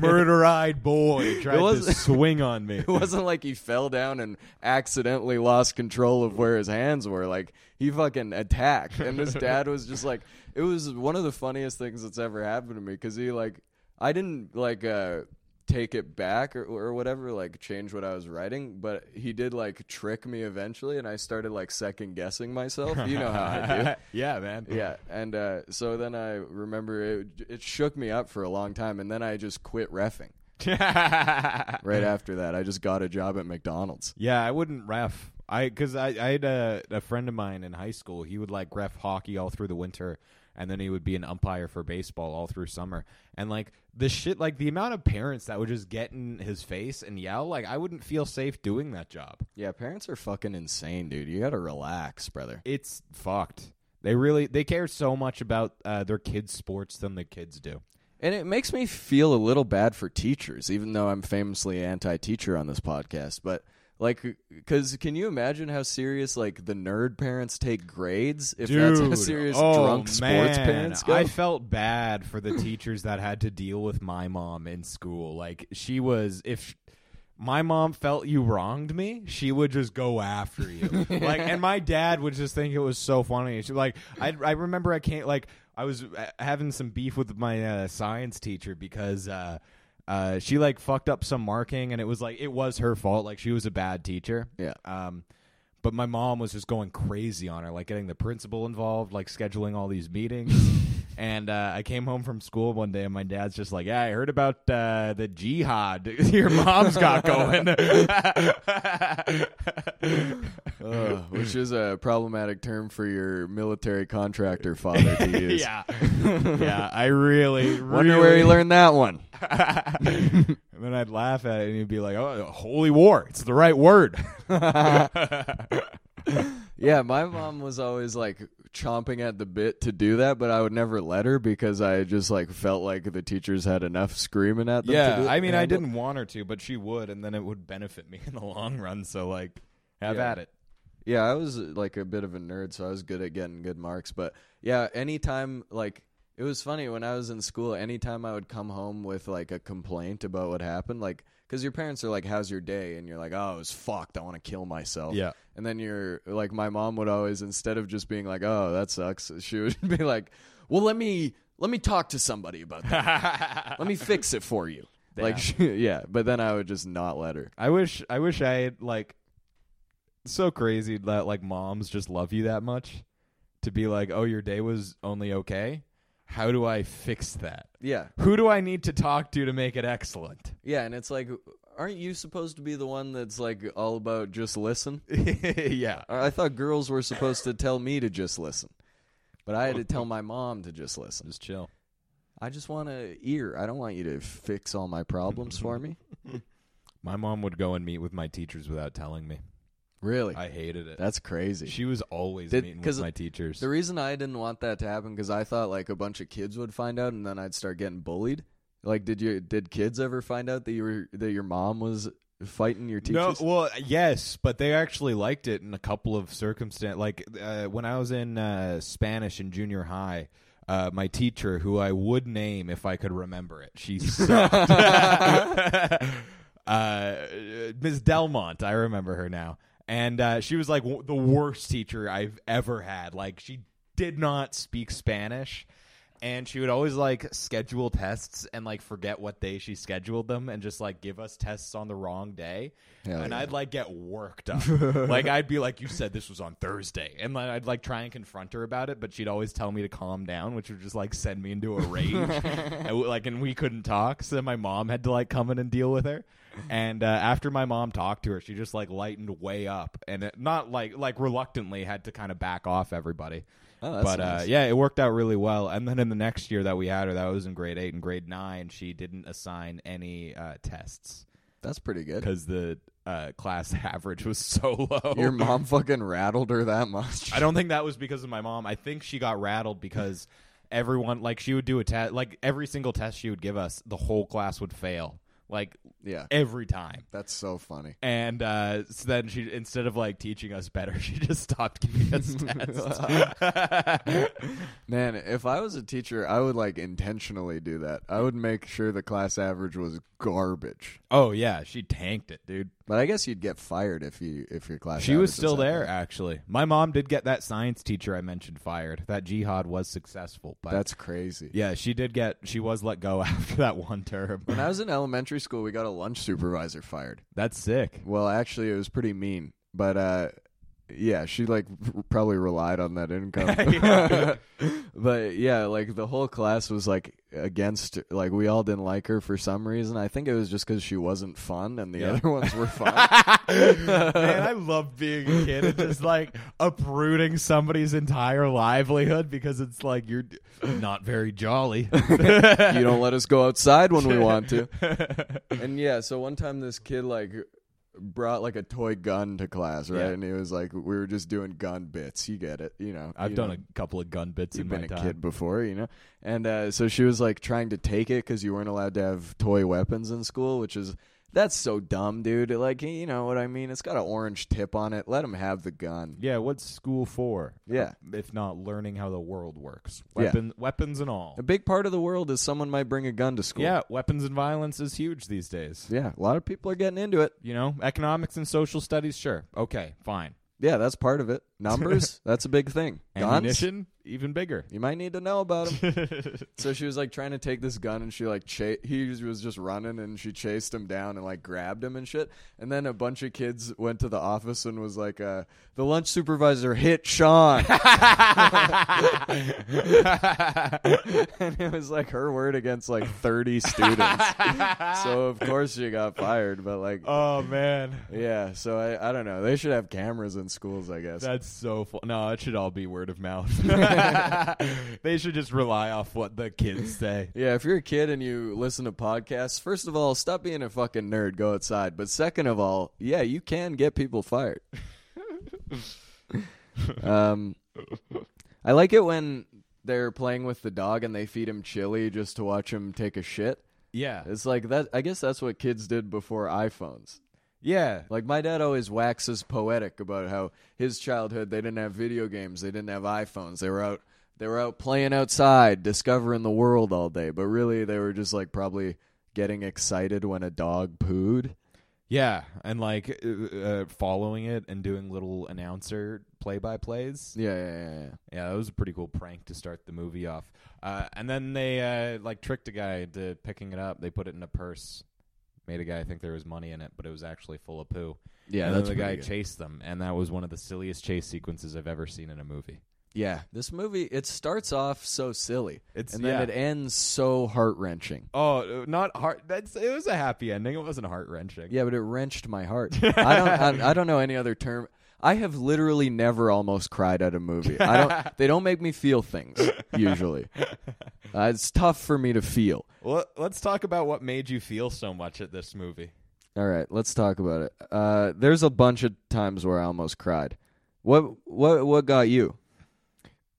murder-eyed boy tried to
wasn't-
swing on me.
it wasn't like he fell down and accidentally lost control of where his hands were. Like he fucking attacked, and his dad was just like, it was one of the funniest things that's ever happened to me because he like, I didn't like uh take it back or or whatever, like change what I was writing, but he did like trick me eventually, and I started like second guessing myself. You know how I do.
yeah, man.
Yeah, and uh, so then I remember it, it shook me up for a long time, and then I just quit refing
Yeah.
right after that. I just got a job at McDonald's.
Yeah, I wouldn't ref. I because I, I had a, a friend of mine in high school. He would like ref hockey all through the winter, and then he would be an umpire for baseball all through summer. And like the shit, like the amount of parents that would just get in his face and yell, like I wouldn't feel safe doing that job.
Yeah, parents are fucking insane, dude. You gotta relax, brother.
It's fucked. They really they care so much about uh, their kids' sports than the kids do.
And it makes me feel a little bad for teachers, even though I'm famously anti-teacher on this podcast. But like, because can you imagine how serious like the nerd parents take grades? If that's how serious
oh,
drunk sports
man.
parents go.
I felt bad for the teachers that had to deal with my mom in school. Like she was, if my mom felt you wronged me, she would just go after you. like, and my dad would just think it was so funny. She like, I I remember I can't like I was uh, having some beef with my uh, science teacher because. uh uh, she like fucked up some marking and it was like it was her fault like she was a bad teacher
Yeah.
um, but my mom was just going crazy on her, like getting the principal involved, like scheduling all these meetings. and uh, I came home from school one day, and my dad's just like, "Yeah, I heard about uh, the jihad your mom's got going."
Ugh, which is a problematic term for your military contractor father to use.
yeah, yeah. I really, really
Wonder where he learned that one.
and then I'd laugh at it, and he'd be like, "Oh, holy war! It's the right word."
Yeah, my mom was always like chomping at the bit to do that, but I would never let her because I just like felt like the teachers had enough screaming at them. to
Yeah,
do-
I mean, I
handle.
didn't want her to, but she would, and then it would benefit me in the long run. So, like, have
Yeah.
at it.
Yeah, I was uh, like a bit of a nerd, so I was good at getting good marks. But yeah, anytime like it was funny when I was in school. Anytime I would come home with like a complaint about what happened, like because your parents are like, "How's your day?" and you're like, "Oh, it was fucked. I want to kill myself."
Yeah.
And then you're like, my mom would always instead of just being like, "Oh, that sucks," she would be like, "Well, let me let me talk to somebody about that.
I
let me fix it for you." Like, she, yeah. But then I would just not let her.
wish, I wish I had like so crazy that like moms just love you that much to be like, oh, your day was only okay. How do I fix that?
Yeah.
Who do I need to talk to to make it excellent?
Yeah, and it's like, aren't you supposed to be the one that's like all about just listen?
yeah,
I I thought girls were supposed to tell me to just listen, but I had to tell my mom to just listen.
just chill.
I just want to ear. I don't want you to fix all my problems for me.
My mom would go and meet with my teachers without telling me.
Really,
I hated it.
that's crazy.
she was always
Did-
meeting
'cause
with my teachers.
the reason I didn't want that to happen because I thought like a bunch of kids would find out, and then I'd start getting bullied. Like, did you did kids ever find out that you were that your mom was fighting your teachers?
No, well, yes, but they actually liked it in a couple of circumstances. Like uh, when I was in uh, Spanish in junior high, uh, my teacher, who I would name if I could remember it, she sucked. uh, Ms. Delmont, I remember her now, and uh, she was like w- the worst teacher I've ever had. Like she did not speak Spanish. And she would always like schedule tests and like forget what day she scheduled them and just like give us tests on the wrong day.
Hell
and
yeah.
I'd like get worked up. like I'd be like, You said this was on Thursday. And like, I'd like try and confront her about it, but she'd always tell me to calm down, which would just like send me into a rage. I w- like, and we couldn't talk. So my mom had to like come in and deal with her. And uh, after my mom talked to her, she just like lightened way up and it, not like, like reluctantly had to kind of back off everybody
Oh, that's
but uh,
nice.
yeah, it worked out really well. And then in the next year that we had her, that was in grade eight and grade nine, she didn't assign any uh, tests
that's pretty good.
because the uh, class average was so low.
Your mom fucking rattled her that much.
I don't think that was because of my mom. I think she got rattled because everyone, like, she would do a test, like, every single test she would give us, the whole class would fail, like,
Yeah,
every time.
that's so funny.
And uh, so then she, instead of like teaching us better, she just stopped giving us tests.
Man, if I was a teacher, I would like intentionally do that. I would make sure the class average was garbage.
oh yeah, she tanked it, dude.
But I guess you'd get fired if you if your class.
She was
average
still
that
there,
bad.
actually. My mom did get that science teacher I mentioned fired. That jihad was successful, but
That's crazy.
yeah, she did get. She was let go after that one term.
When I was in elementary school, we got a lunch supervisor fired.
That's sick.
Well, actually, it was pretty mean. But uh, yeah, she like r- probably relied on that income.
Yeah.
but yeah, like the whole class was like against like we all didn't like her for some reason. I think it was just cuz she wasn't fun and the
Yeah.
other ones were fun.
Man, I love being a kid and just like uprooting somebody's entire livelihood because it's like you're d- not very jolly.
you don't let us go outside when we want to. and yeah, so one time this kid like brought like a toy gun to class, right?
Yeah.
And he was like we were just doing gun bits. You get it, you know.
I've
you
done
know.
a couple of gun bits
You've
in my
been a
time.
kid before, you know? And uh, so she was like trying to take it because you weren't allowed to have toy weapons in school, which is, that's so dumb, dude. Like, you know what I mean? It's got an orange tip on it. Let him have the gun.
Yeah, what's school for? Uh,
Yeah.
If not learning how the world works.
Yeah.
Weapon, Weapons and all.
A big part of the world is someone might bring a gun to school.
Yeah, weapons and violence is huge these days.
Yeah. A lot of people are getting into it.
You know, economics and social studies, sure. Okay, fine.
Yeah, that's part of it. Numbers, that's a big thing. Guns,
Ammunition, even bigger.
you might need to know about them. so she was like trying to take this gun and she like cha- he was just running and she chased him down and like grabbed him and shit and then a bunch of kids went to the office and was like uh, the lunch supervisor hit sean and it was like her word against like 30 students so of course she got fired but like
oh man.
yeah so I, I don't know they should have cameras in schools i guess
That's so fu- No, it should all be word of mouth. they should just rely off what the kids say.
Yeah, if you're a kid and you listen to podcasts, first of all, stop being a fucking nerd, go outside. But second of all, yeah, you can get people fired. um I like it when they're playing with the dog and they feed him chili just to watch him take a shit.
Yeah.
It's like that I guess that's what kids did before iPhones.
Yeah.
Like my dad always waxes poetic about how his childhood they didn't have video games, they didn't have iPhones. They were out they were out playing outside, discovering the world all day. But really they were just like probably getting excited when a dog pooed.
Yeah, and like uh, uh, following it and doing little announcer play by plays.
Yeah, yeah, yeah, yeah.
Yeah, that was a pretty cool prank to start the movie off. Uh, and then they uh, like tricked a guy into picking it up. They put it in a purse, made a guy think there was money in it, but it was actually full of poo.
Yeah,
and then
that's
the guy
pretty good.
chased them, and that was one of the silliest chase sequences I've ever seen in a movie.
Yeah. This movie it starts off so silly.
It's-
and then
yeah.
it ends so heart wrenching.
Oh, uh, not heart. That's it was a happy ending. It wasn't heart wrenching.
Yeah, but it wrenched my heart. I don't. I, I don't know any other term. I have literally never almost cried at a movie. I don't. They don't make me feel things usually. Uh, it's tough for me to feel.
Well, let's talk about what made you feel so much at this movie.
All right, let's talk about it. Uh, there's a bunch of times where I almost cried. What what what got you?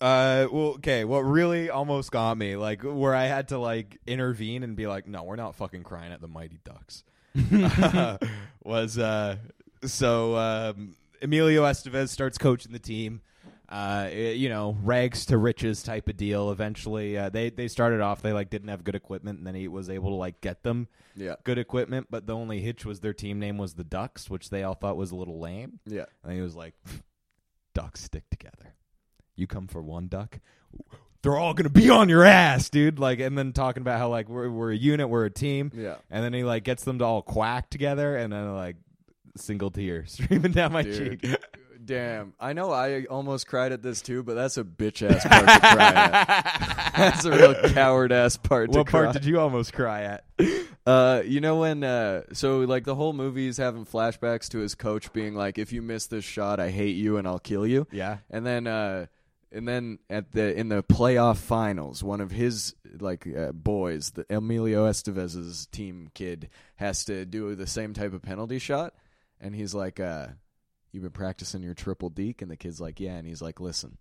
Uh, well, okay. What really almost got me, like, where I had to like intervene and be like, "No, we're not fucking crying at the Mighty Ducks," was uh, so um, Emilio Estevez starts coaching the team. Uh, it- you know, rags to riches type of deal. Eventually, uh, they they started off. They like didn't have good equipment, and then he was able to like get them
Yeah,
good equipment. But the only hitch was their team name was the Ducks, which they all thought was a little lame.
yeah.
And he was like, ducks stick together. You come for one duck, they're all going to be on your ass, dude. Like, and then talking about how, like, we're, we're a unit, we're a team.
Yeah.
And then he, like, gets them to all quack together, and then, like, single tear streaming down my
Dude.
cheek.
Damn, I know I almost cried at this too, but that's a bitch ass part to cry at. Oh, That's a real coward ass part.
what
to cry.
part did you almost cry at?
Uh, you know when uh, so like the whole movie is having flashbacks to his coach being like, "If you miss this shot, I hate you and I'll kill you."
Yeah.
and then uh, and then at the in the playoff finals, one of his like uh, boys, the Emilio Estevez's team kid, has to do the same type of penalty shot, and he's like, uh, "You've been practicing your triple deke," and the kid's like, "Yeah," and he's like, "Listen,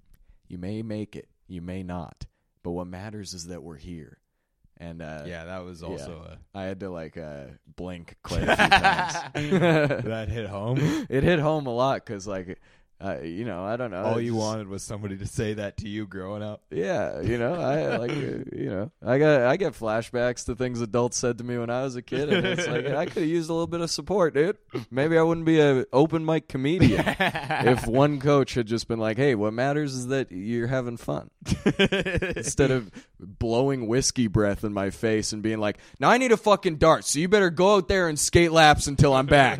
you may make it, you may not, but what matters is that we're here." And uh,
Yeah, that was
yeah.
also
I had to like uh, blink quite a few times.
a. That hit home.
it hit home a lot because like, uh, you know, I don't know.
All
it
you
just-
wanted was somebody to say that to you growing up.
Yeah, you know, I like, uh, you know, I got I get flashbacks to things adults said to me when I was a kid, and it's like I could have used a little bit of support, dude. Maybe I wouldn't be a open mic comedian if one coach had just been like, "Hey, what matters is that you're having fun," instead of blowing whiskey breath in my face and being like, "Now I need a fucking dart, so you better go out there and skate laps until I'm back."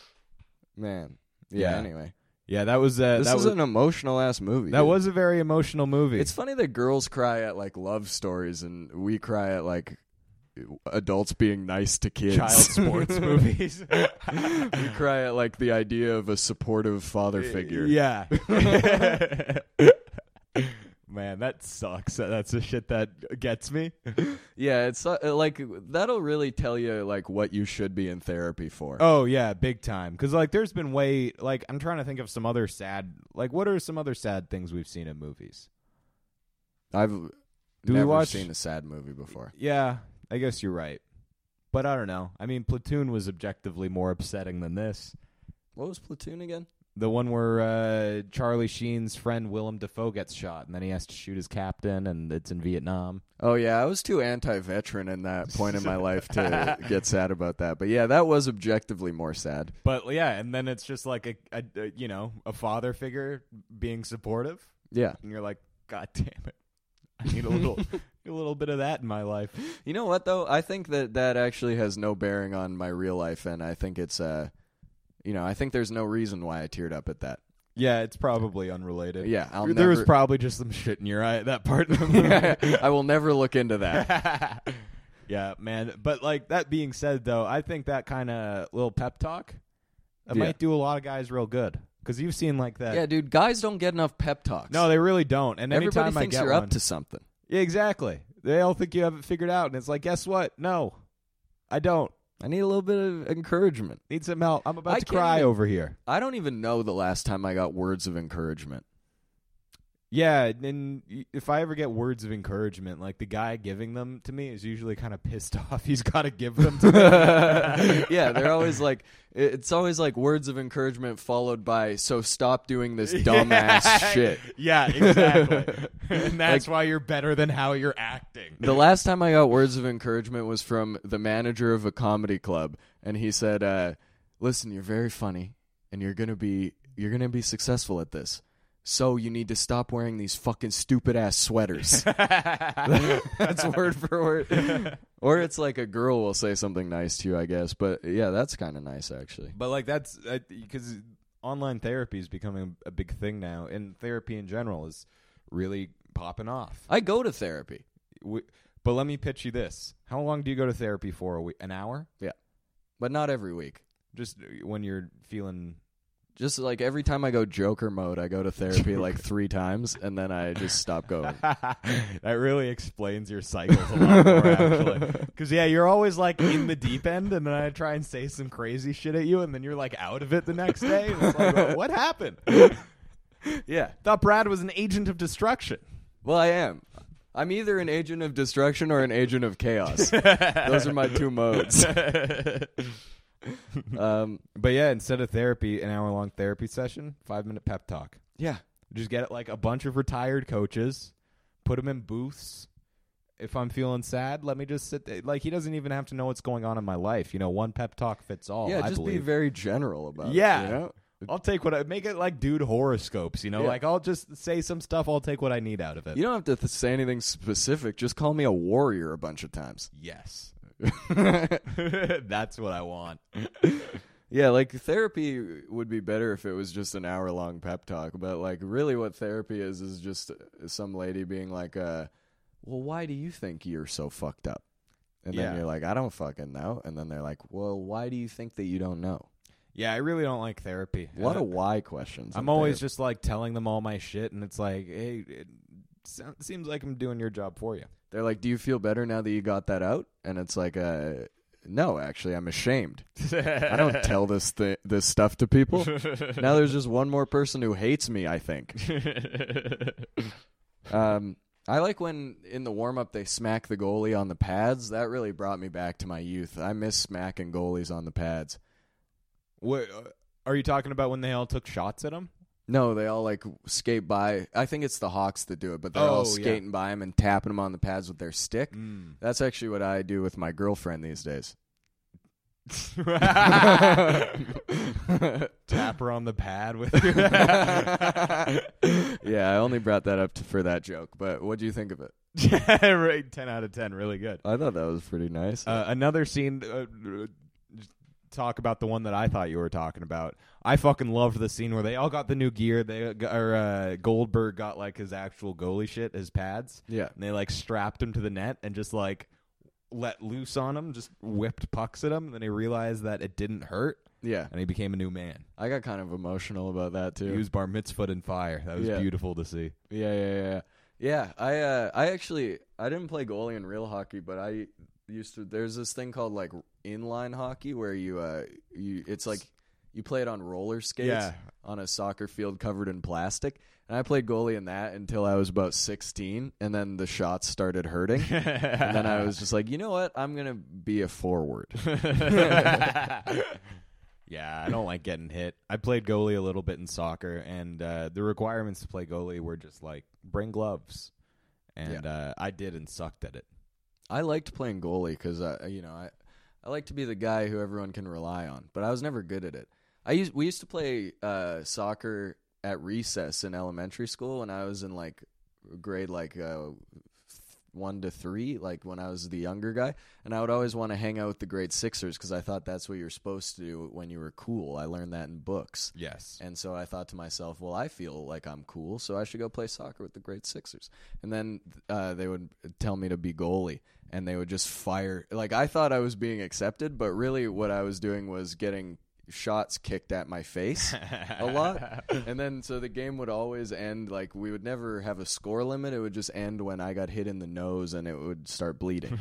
Man, yeah.
Yeah.
Anyway,
Yeah, that was uh,
This
that
is
was
an emotional ass movie.
that
dude.
was a very emotional movie.
It's funny that girls cry at like love stories and we cry at like adults being nice to kids.
child sports movies.
we cry at like the idea of a supportive father figure.
Yeah. Man, that sucks. That's the shit that gets me.
Yeah, it's uh, like that'll really tell you like what you should be in therapy for.
Oh yeah, big time. Because like, there's been way like I'm trying to think of some other sad. Like, what are some other sad things we've seen in movies?
I've
we
never
watch-
seen a sad movie before.
Yeah, I guess you're right. But I don't know. I mean, Platoon was objectively more upsetting than this.
What was Platoon again?
The one where uh, Charlie Sheen's friend Willem Dafoe gets shot, and then he has to shoot his captain, and it's in Vietnam.
Oh yeah, I was too anti-veteran in that point in my life to get sad about that. But yeah, that was objectively more sad.
But yeah, and then it's just like a, a, a you know a father figure being supportive,
Yeah.
and you're like, God damn it, I need a little a little bit of that in my life.
You know what though? I think that that actually has no bearing on my real life, and I think it's uh, you know, I think there's no reason why I teared up at that.
Yeah, it's probably unrelated.
Yeah, I'll
there was
never-
probably just some shit in your eye at that part. Of the
I will never look into that.
movie. yeah, man. But like that being said, though, I think that kind of little pep talk it
Yeah.
might do a lot of guys real good because you've seen like that.
yeah, dude, guys don't get enough pep talks.
No, they really don't. And
everybody
anytime I
thinks
get
you're
one,
up to something.
yeah, exactly. They all think you have it figured out, and it's like, guess what? No, I don't.
I need a little bit of encouragement.
Need some help. I'm about
I
to
can't
cry
even-
over here.
I don't even know the last time I got words of encouragement.
Yeah, and y- if I ever get words of encouragement, like the guy giving them to me is usually kind of pissed off. He's got to give them to me.
yeah, they're always like, it's always like words of encouragement followed by, so stop doing this dumbass shit.
Yeah, exactly. and that's why you're better than how you're acting.
The last time I got words of encouragement was from the manager of a comedy club, and he said, uh, "Listen, you're very funny, and you're gonna be you're gonna be successful at this. So you need to stop wearing these fucking stupid ass sweaters." that's word for word. or it's like a girl will say something nice to you, I guess. But yeah, that's kind of nice actually.
But like that's because online therapy is becoming a big thing now, and therapy in general is really popping off.
I go to therapy.
We, but let me pitch you this: How long do you go to therapy for? A week, an hour?
Yeah, but not every week.
Just uh, when you're feeling
Just like every time I go Joker mode, I go to therapy like three times, and then I just stop going.
that really explains your cycles a lot more, actually. Because yeah, you're always like in the deep end, and then I try and say some crazy shit at you, and then you're like out of it the next day. And it's like, well, what happened?
yeah.
Thought Brad was an agent of destruction.
Well, I am. I'm either an agent of destruction or an agent of chaos. Those are my two modes. um,
But yeah, instead of therapy, an hour long therapy session, five minute pep talk.
yeah.
Just get like a bunch of retired coaches, put them in booths. If I'm feeling sad, let me just sit. There. Like he doesn't even have to know what's going on in my life. You know, one pep talk fits all.
yeah,
Oh, I
just be
believe.
very general about
Yeah.
it. you know?
I'll take what I make it like dude horoscopes, you know?
Yeah.
Like I'll just say some stuff, I'll take what I need out of it.
You don't have to th- say anything specific. Just call me a warrior a bunch of times.
yes. That's what I want.
Yeah, like therapy would be better if it was just an hour long pep talk. But like, really, what therapy is is just uh, some lady being like, uh, "Well, why do you think you're so fucked up?" And then
Yeah.
you're like, "I don't fucking know." And then they're like, "Well, why do you think that you don't know?"
Yeah, I really don't like therapy.
A lot
I-
of why questions.
I'm
in
always
therapy.
just like telling them all my shit and it's like, "Hey, it so- seems like I'm doing your job for you."
They're like, "Do you feel better now that you got that out?" And it's like, uh, "No, actually, I'm ashamed. I don't tell this th- this stuff to people." now there's just one more person who hates me. I think. Um, I like when in the warm up they smack the goalie on the pads. That really brought me back to my youth. I miss smacking goalies on the pads.
What uh, are you talking about when they all took shots at him?
No, they all like skate by. I think it's the Hawks that do it, but they're
Oh,
all
yeah. Mm.
skating by him and tapping him on the pads with their stick. That's actually what I do with my girlfriend these days.
Tapper on the pad with
Yeah, I only brought that up to, for that joke. But what do you think of it?
Yeah, right. 10 out of 10. Really good.
I thought that was pretty nice.
Uh, another scene, uh, talk about the one that I thought you were talking about. I fucking loved the scene where they all got the new gear. They got- or uh, Goldberg got like his actual goalie shit, his pads,
Yeah.
and they like strapped him to the net and just like let loose on him, just whipped pucks at him. Then he realized that it didn't hurt,
Yeah.
and he became a new man.
I got kind of emotional about that too.
He was bar mitzvahed in fire. That was
Yeah.
beautiful to see.
Yeah, yeah, yeah, yeah. Yeah, I uh, I actually I didn't play goalie in real hockey, but I used to. There's this thing called like inline hockey where you uh you it's like you play it on roller skates
Yeah.
on a soccer field covered in plastic. And I played goalie in that until I was about 16, and then the shots started hurting. and then I was just like, you know what? I'm gonna be a forward.
yeah, I don't like getting hit. I played goalie a little bit in soccer, and uh, the requirements to play goalie were just like bring gloves, and uh, I did and sucked at it.
I liked playing goalie because I, you know, I, I like to be the guy who everyone can rely on. But I was never good at it. I used we used to play uh, soccer at recess in elementary school when I was in like grade like uh, one to three, like when I was the younger guy. And I would always want to hang out with the grade sixers because I thought that's what you're supposed to do when you were cool. I learned that in books.
Yes,
And so I thought to myself, well, I feel like I'm cool, so I should go play soccer with the great Sixers. And then uh, they would tell me to be goalie, and they would just fire. Like I thought I was being accepted, but really what I was doing was getting shots kicked at my face a lot. And then so the game would always end like we would never have a score limit. It would just end when I got hit in the nose and it would start bleeding.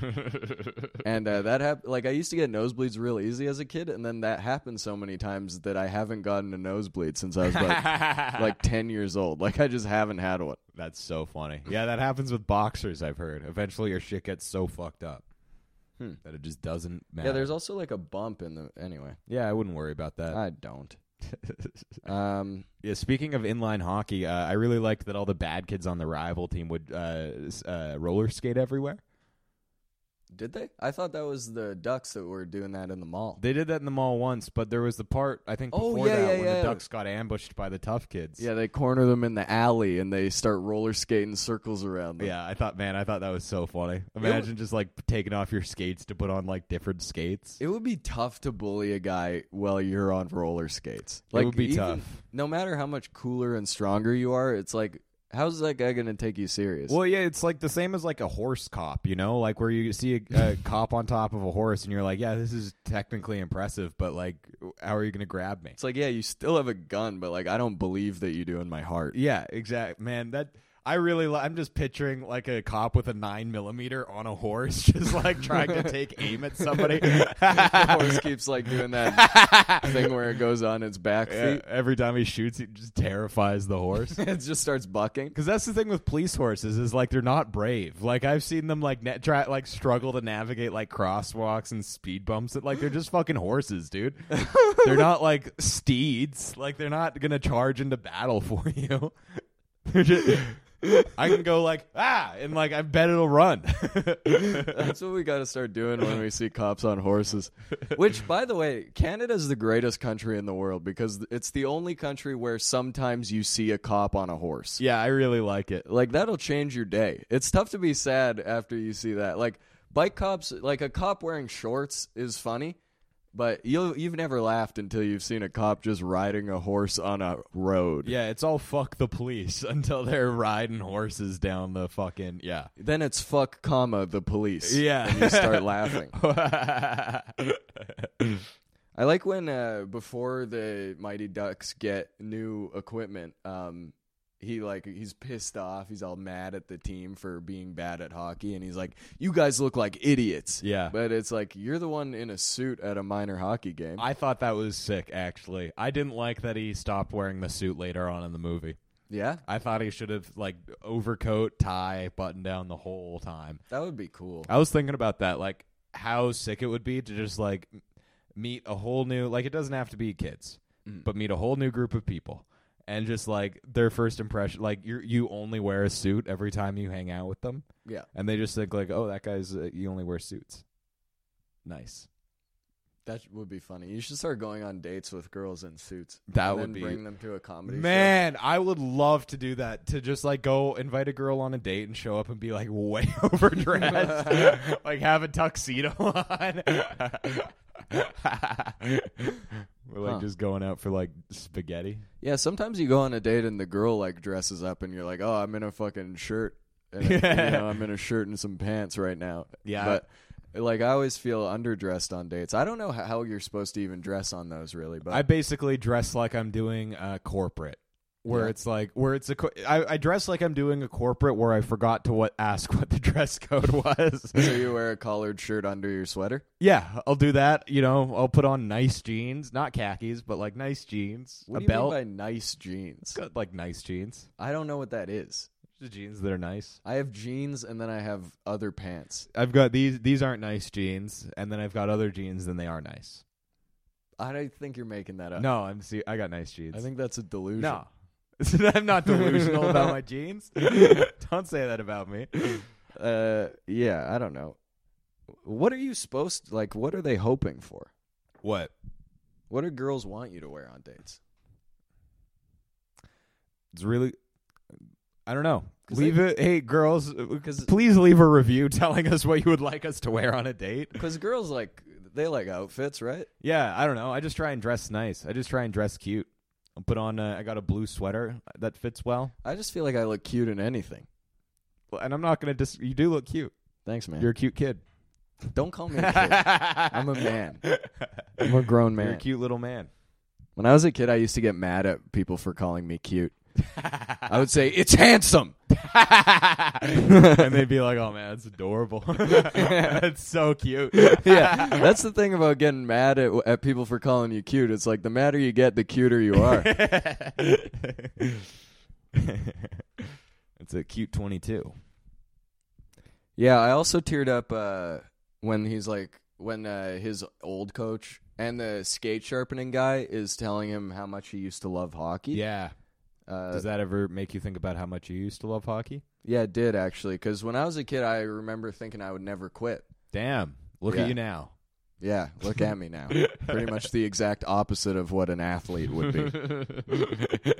and uh, that happened. Like I used to get nosebleeds real easy as a kid, and then that happened so many times that I haven't gotten a nosebleed since I was about like ten years old. Like I just haven't had one.
that's so funny. Yeah, that happens with boxers. I've heard. Eventually, your shit gets so fucked up
Hmm.
that it just doesn't matter.
Yeah, there's also like a bump in the. Anyway,
yeah. I wouldn't worry about that.
I don't. Um,
Yeah, speaking of inline hockey, uh, I really liked that all the bad kids on the rival team would uh, s- uh, roller skate everywhere.
did they? I thought that was the Ducks that were doing that in the mall.
They did that in the mall once, but there was the part I think
Oh,
before
yeah,
that
yeah,
when
yeah.
the Ducks got ambushed by the tough kids.
Yeah, they corner them in the alley and they start roller skating circles around them.
yeah. I thought, man, I thought that was so funny. Imagine just like taking off your skates to put on like different skates.
It would be tough to bully a guy while you're on roller skates. Like,
would be
even-
tough.
No matter how much cooler and stronger you are, it's like, how's that guy going to take you serious?
Well, yeah, it's like the same as like a horse cop, you know, like where you see a, a cop on top of a horse and you're like, yeah, this is technically impressive, but like, how are you going to grab me?
It's like, yeah, you still have a gun, but like, I don't believe that you do in my heart.
Yeah, exact man. That I really, li- I'm just picturing like a cop with a nine millimeter on a horse, just like trying to take aim at somebody.
the horse keeps like doing that thing where it goes on its back
Yeah,
feet.
every time he shoots, he just terrifies the horse.
it just starts bucking.
Because that's the thing with police horses is like they're not brave. Like I've seen them like net try like struggle to navigate like crosswalks and speed bumps. Like they're just fucking horses, dude. they're not like steeds. Like they're not gonna charge into battle for you. They're just, I can go like ah, and like I bet it'll run.
That's what we got to start doing when we see cops on horses. Which, by the way, Canada's the greatest country in the world because it's the only country where sometimes you see a cop on a horse.
yeah, I really like it.
Like that'll change your day. It's tough to be sad after you see that. Like bike cops, like a cop wearing shorts is funny, but you'll you've never laughed until you've seen a cop just riding a horse on a road.
Yeah, it's all fuck the police until they're riding horses down the fucking yeah.
Then it's fuck comma the police.
Yeah.
and you start laughing. I like when uh, before the Mighty Ducks get new equipment, um, he like he's pissed off. He's all mad at the team for being bad at hockey, and he's like, "You guys look like idiots."
Yeah.
but it's like you're the one in a suit at a minor hockey game.
I thought that was sick, actually. I didn't like that he stopped wearing the suit later on in the movie.
yeah,
I thought he should have, like, overcoat, tie, button down the whole time.
that would be cool.
I was thinking about that, like, how sick it would be to just, like, m- meet a whole new, like, it doesn't have to be kids,
Mm.
but meet a whole new group of people. And just like their first impression, like you, you only wear a suit every time you hang out with them,
Yeah,
and they just think like, "Oh, that guy's uh, you only wear suits." Nice.
that would be funny. You should start going on dates with girls in suits.
That
and
would
then
be
bring them to a comedy. show.
Man, I would love to do that. To just like go invite a girl on a date and show up and be like way overdressed, like have a tuxedo on. We're like
Huh.
just going out for like spaghetti.
Yeah, sometimes you go on a date and the girl like dresses up and you're like, "Oh, I'm in a fucking shirt." And, you know, I'm in a shirt and some pants right now.
Yeah.
But like I always feel underdressed on dates. I don't know how you're supposed to even dress on those really, but
I basically dress like I'm doing uh, corporate, where
Yeah.
it's like where it's a co- I, I dress like I'm doing a corporate where I forgot to what ask what the dress code was.
so you wear a collared shirt under your sweater?
yeah, I'll do that. You know, I'll put on nice jeans, not khakis, but like nice jeans,
What
a
do you
belt,
mean by nice jeans?
Got, like nice jeans,
I don't know what that is.
just jeans that are nice.
I have jeans and then I have other pants.
I've got these. These aren't nice jeans, and then I've got other jeans, and they are nice.
I don't think you're making that up.
No, I'm see. I got nice jeans.
I think that's a delusion.
no. I'm not delusional about my jeans. Don't say that about me.
Uh, yeah, I don't know. What are you supposed like? What are they hoping for?
What?
What do girls want you to wear on dates?
It's really. I don't know.
'Cause
Leave it. Hey, girls,
Because
please leave a review telling us what you would like us to wear on a date.
because girls like they like outfits, right?
Yeah, I don't know. I just try and dress nice. I just try and dress cute. I'll put on. A, I got a blue sweater that fits well,
I just feel like I look cute in anything.
and I'm not gonna dis. You do look cute.
Thanks, man.
You're a cute kid.
Don't call me a kid. I'm
I'm
a man. I'm a grown
You're a
man.
cute little man.
When I was a kid, I used to get mad at people for calling me cute. I would say it's handsome.
and they'd be like, "Oh man, that's adorable. that's so cute."
yeah, that's the thing about getting mad at at people for calling you cute. It's like the madder you get, the cuter you are.
it's a cute twenty-two.
Yeah, I also teared up uh, when he's like when uh, his old coach and the skate sharpening guy is telling him how much he used to love hockey.
Yeah.
uh,
Does that ever make you think about how much you used to love hockey?
yeah, it did actually. Because when I was a kid, I remember thinking I would never quit.
Damn! Look
Yeah.
at you now.
Yeah, look at me now. Pretty much the exact opposite of what an athlete would be.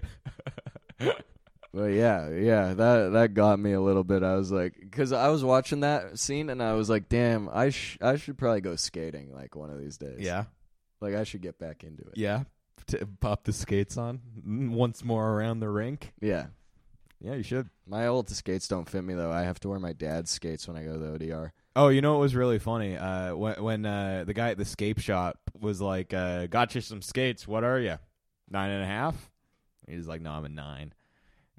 But yeah, yeah, that that got me a little bit. I was like, because I was watching that scene and I was like, damn, I sh- I should probably go skating like one of these days.
yeah.
like I should get back into it.
Yeah. T- pop the skates on Mm, once more around the rink.
yeah.
Yeah, you should.
My old skates don't fit me though. I have to wear my dad's skates when I go to the ODR.
Oh, you know what was really funny? Uh, when when uh, the guy at the skate shop was like, uh, "Got you some skates? What are you? Nine and a half?" He was like, "No, I'm a nine.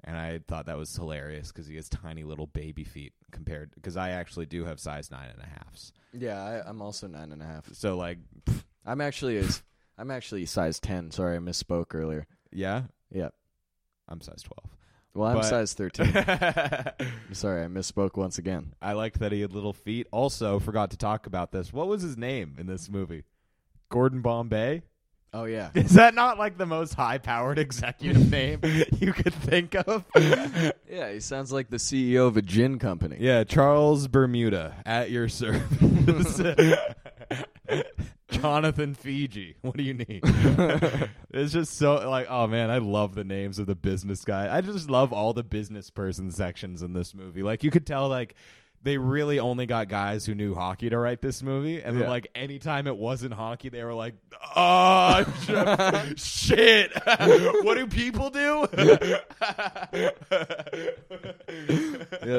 And I thought that was hilarious because he has tiny little baby feet compared. Because I actually do have size nine and a halves.
Yeah, I, I'm also nine and a half.
So like,
I'm actually is I'm actually size ten. Sorry, I misspoke earlier.
yeah,
Yeah.
I'm size twelve.
Well, I'm
But-
size thirteen. Sorry, I misspoke once again.
I liked that he had little feet. Also, forgot to talk about this. What was his name in this movie? Gordon Bombay.
Oh yeah,
Is that not like the most high powered executive name you could think of?
yeah. He sounds like the CEO of a gin company.
yeah, Charles Bermuda at your service. Jonathan Fiji. What do you need? it's just so like, oh man, I love the names of the business guy. I just love all the business person sections in this movie. Like you could tell like they really only got guys who knew hockey to write this movie, and then
Yeah.
like anytime it wasn't hockey, they were like, "Oh sh- shit, what do people do?"
Yeah,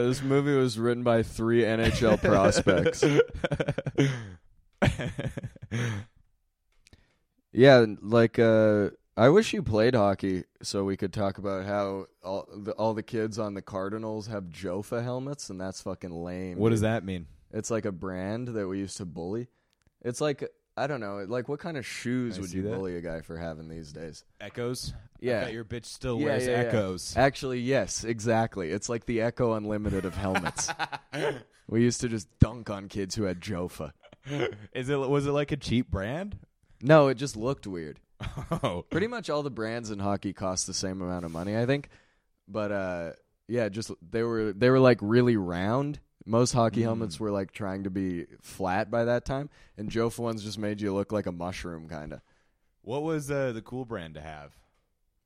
this movie was written by three NHL prospects. Yeah, like uh, I wish you played hockey so we could talk about how all the, all the kids on the Cardinals have Jofa helmets, and that's fucking lame.
what does that mean?
It's like a brand that we used to bully. It's like I don't know, like what kind of shoes
I
would
see
you
that.
bully a guy for having these days?
Echoes.
Yeah.
I bet your bitch still
Yeah,
wears
yeah, yeah.
echoes.
Actually, yes, exactly. It's like the Echo Unlimited of helmets. we used to just dunk on kids who had Jofa.
Is it was it like a cheap brand?
No, it just looked weird.
Oh,
Pretty much all the brands in hockey cost the same amount of money, I think. But uh, yeah, just they were they were like really round. Most hockey helmets were like trying to be flat by that time, and Jofa ones just made you look like a mushroom, kind of.
what was uh, the cool brand to have?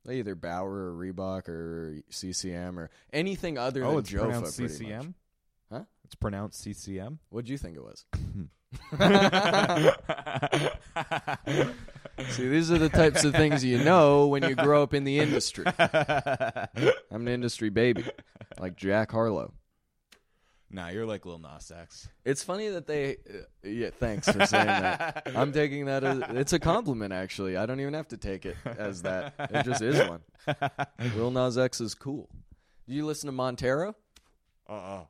They either Bauer or Reebok or CCM or anything
Oh,
other than Jofa. pretty much. Huh?
It's pronounced CCM.
What'd you think it was? See, these are the types of things you know when you grow up in the industry. I'm an industry baby, like Jack Harlow.
nah, you're like Lil Nas X.
It's funny that they. Uh, yeah, thanks for saying that. I'm taking that as it's a compliment. Actually, I don't even have to take it as that. It just is one. Lil Nas X is cool. Do you listen to Montero?
Uh-uh.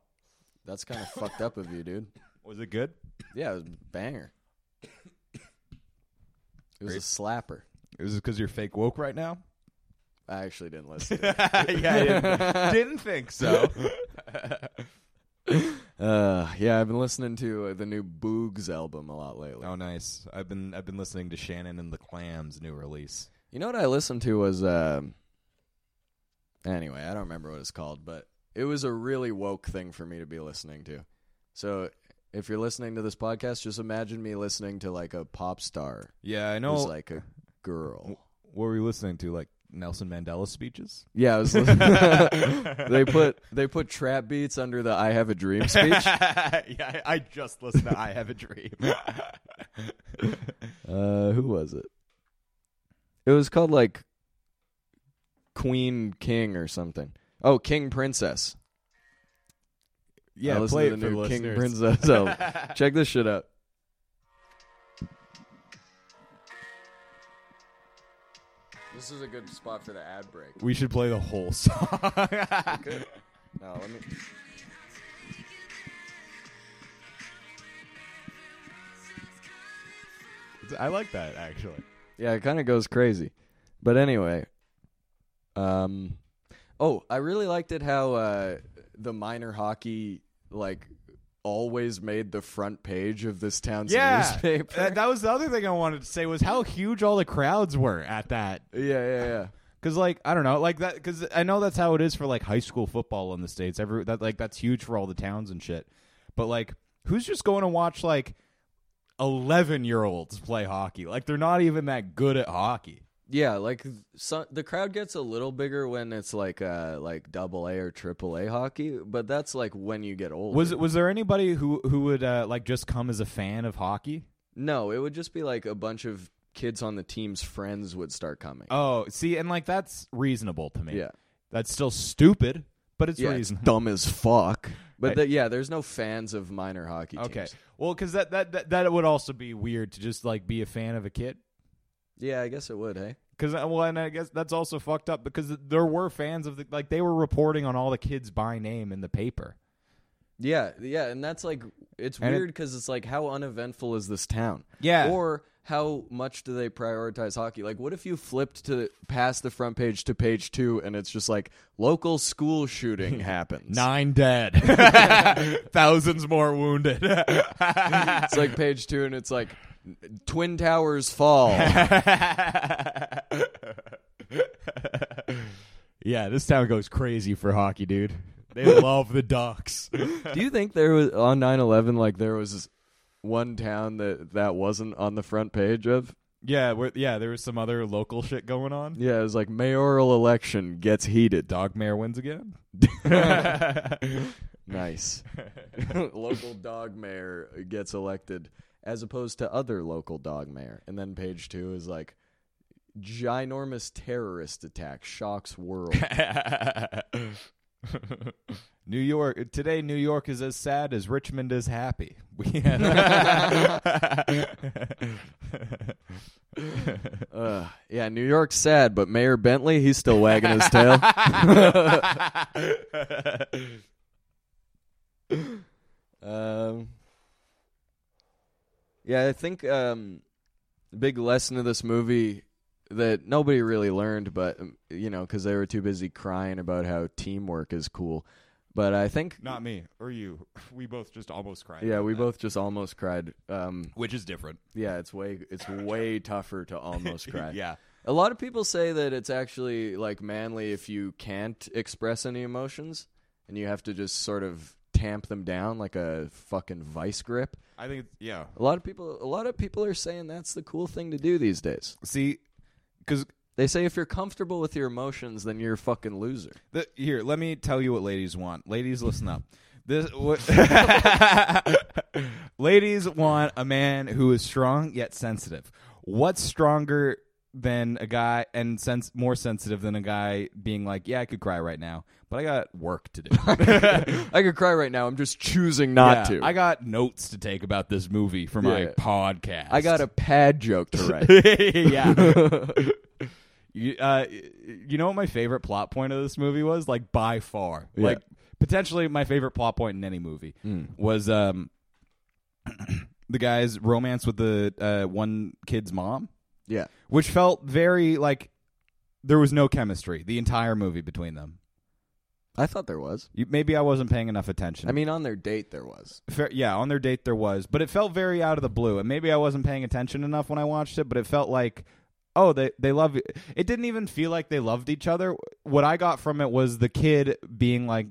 That's kind of fucked up of you, dude.
Was it good?
Yeah, it was a banger. It was a slapper.
Is it because you're fake woke right now?
I actually didn't listen. To
yeah, I didn't, didn't think so.
it. Uh, yeah, I've been listening to uh, the new Boogs album a lot lately.
oh, nice. I've been I've been listening to Shannon and the Clams' new release.
You know what I listened to was um anyway, I don't remember what it's called, but it was a really woke thing for me to be listening to. So if you're listening to this podcast, just imagine me listening to like a pop star
Yeah, I know.
who's like a girl.
what were you listening to? Like Nelson Mandela speeches?
Yeah, I was listening. they put they put trap beats under the "I Have a Dream" speech.
yeah, I just listened to "I Have a Dream."
Uh, who was it? It was called like Queen King or something. Oh, King Princess. I
yeah,
listened
play
to
it
the
for
new King
listeners.
Princess album. Check this shit out. This is a good spot for the ad break.
We should play the whole song.
No, let me.
I like that actually.
Yeah, it kind of goes crazy. But anyway, um, oh, I really liked it how uh, the minor hockey like always made the front page of this town's
Yeah,
newspaper.
that, that was the other thing I wanted to say was how huge all the crowds were at that.
yeah, yeah, yeah.
Because like I don't know, like that. Because I know that's how it is for like high school football in the states. Every that like that's huge for all the towns and shit. But like, who's just going to watch like eleven year olds play hockey? Like they're not even that good at hockey.
Yeah, like so, the crowd gets a little bigger when it's like uh like double A or triple A hockey, but that's like when you get older.
Was was there anybody who who would uh, like just come as a fan of hockey?
No, it would just be like a bunch of kids on the team's friends would start coming.
Oh, see, and like that's reasonable to me.
Yeah.
that's still stupid, but it's
yeah, it's
reasonable.
dumb as fuck. But
I-
the, yeah, there's no fans of minor hockey teams.
Okay. Well, because that, that that that would also be weird to just like be a fan of a kid.
Yeah, I guess it would, hey?
Because well, and I guess that's also fucked up because there were fans of the like they were reporting on all the kids by name in the paper.
Yeah, yeah, and that's like it's
And it-
weird because it's like how uneventful is this town?
Yeah.
or how much do they prioritize hockey? Like, what if you flipped to past the front page to page two and it's just like local school shooting happens?
Nine dead, thousands more wounded.
It's like page two and it's like Twin Towers fall.
yeah, this town goes crazy for hockey, dude. They love the Ducks.
Do you think there was on 9/11 like there was one town that that wasn't on the front page of?
yeah, we're, yeah. There was some other local shit going on.
Yeah, it was like mayoral election gets heated.
Dog Mayor wins again.
Nice. local dog mayor gets elected as opposed to other local dog mayor. And then page two is like ginormous terrorist attack shocks world.
New York today. New York is as sad as Richmond is happy. We had-
Ugh. yeah, New York's sad, but Mayor Bentley, he's still wagging his tail. um, yeah, I think um, big lesson of this movie that nobody really learned, but um, you know, because they were too busy crying about how teamwork is cool. But I think,
Not me or you. We both just almost cried.
yeah, we both just almost cried. Um,
which is different.
yeah, it's way it's way tougher to almost cry.
Yeah,
A lot of people say that it's actually like manly if you can't express any emotions and you have to just sort of tamp them down like a fucking vice grip.
I think. It's, yeah.
A lot of people a lot of people are saying that's the cool thing to do these days.
See, because
They say if you're comfortable with your emotions then you're a fucking loser.
The, here, let me tell you what ladies want. Ladies, listen up. This what, ladies want a man who is strong yet sensitive. What's stronger than a guy and sense more sensitive than a guy being like, "Yeah, I could cry right now, but I got work to do."
I could cry right now. I'm just choosing not
Yeah,
to.
I got notes to take about this movie for my
Yeah.
podcast.
I got a pad joke to write.
yeah. you, uh, you know what my favorite plot point of this movie was? Like by far,
Yeah.
like potentially my favorite plot point in any movie
Hmm.
was um the guy's romance with the uh, one kid's mom,
yeah.
which felt very like there was no chemistry the entire movie between them.
I thought there was.
You, maybe I wasn't paying enough attention.
I mean, on their date, there was.
Fair, yeah, on their date there was, but it felt very out of the blue. And maybe I wasn't paying attention enough when I watched it, but it felt like, oh, they they love. It didn't even feel like they loved each other. What I got from it was the kid being like,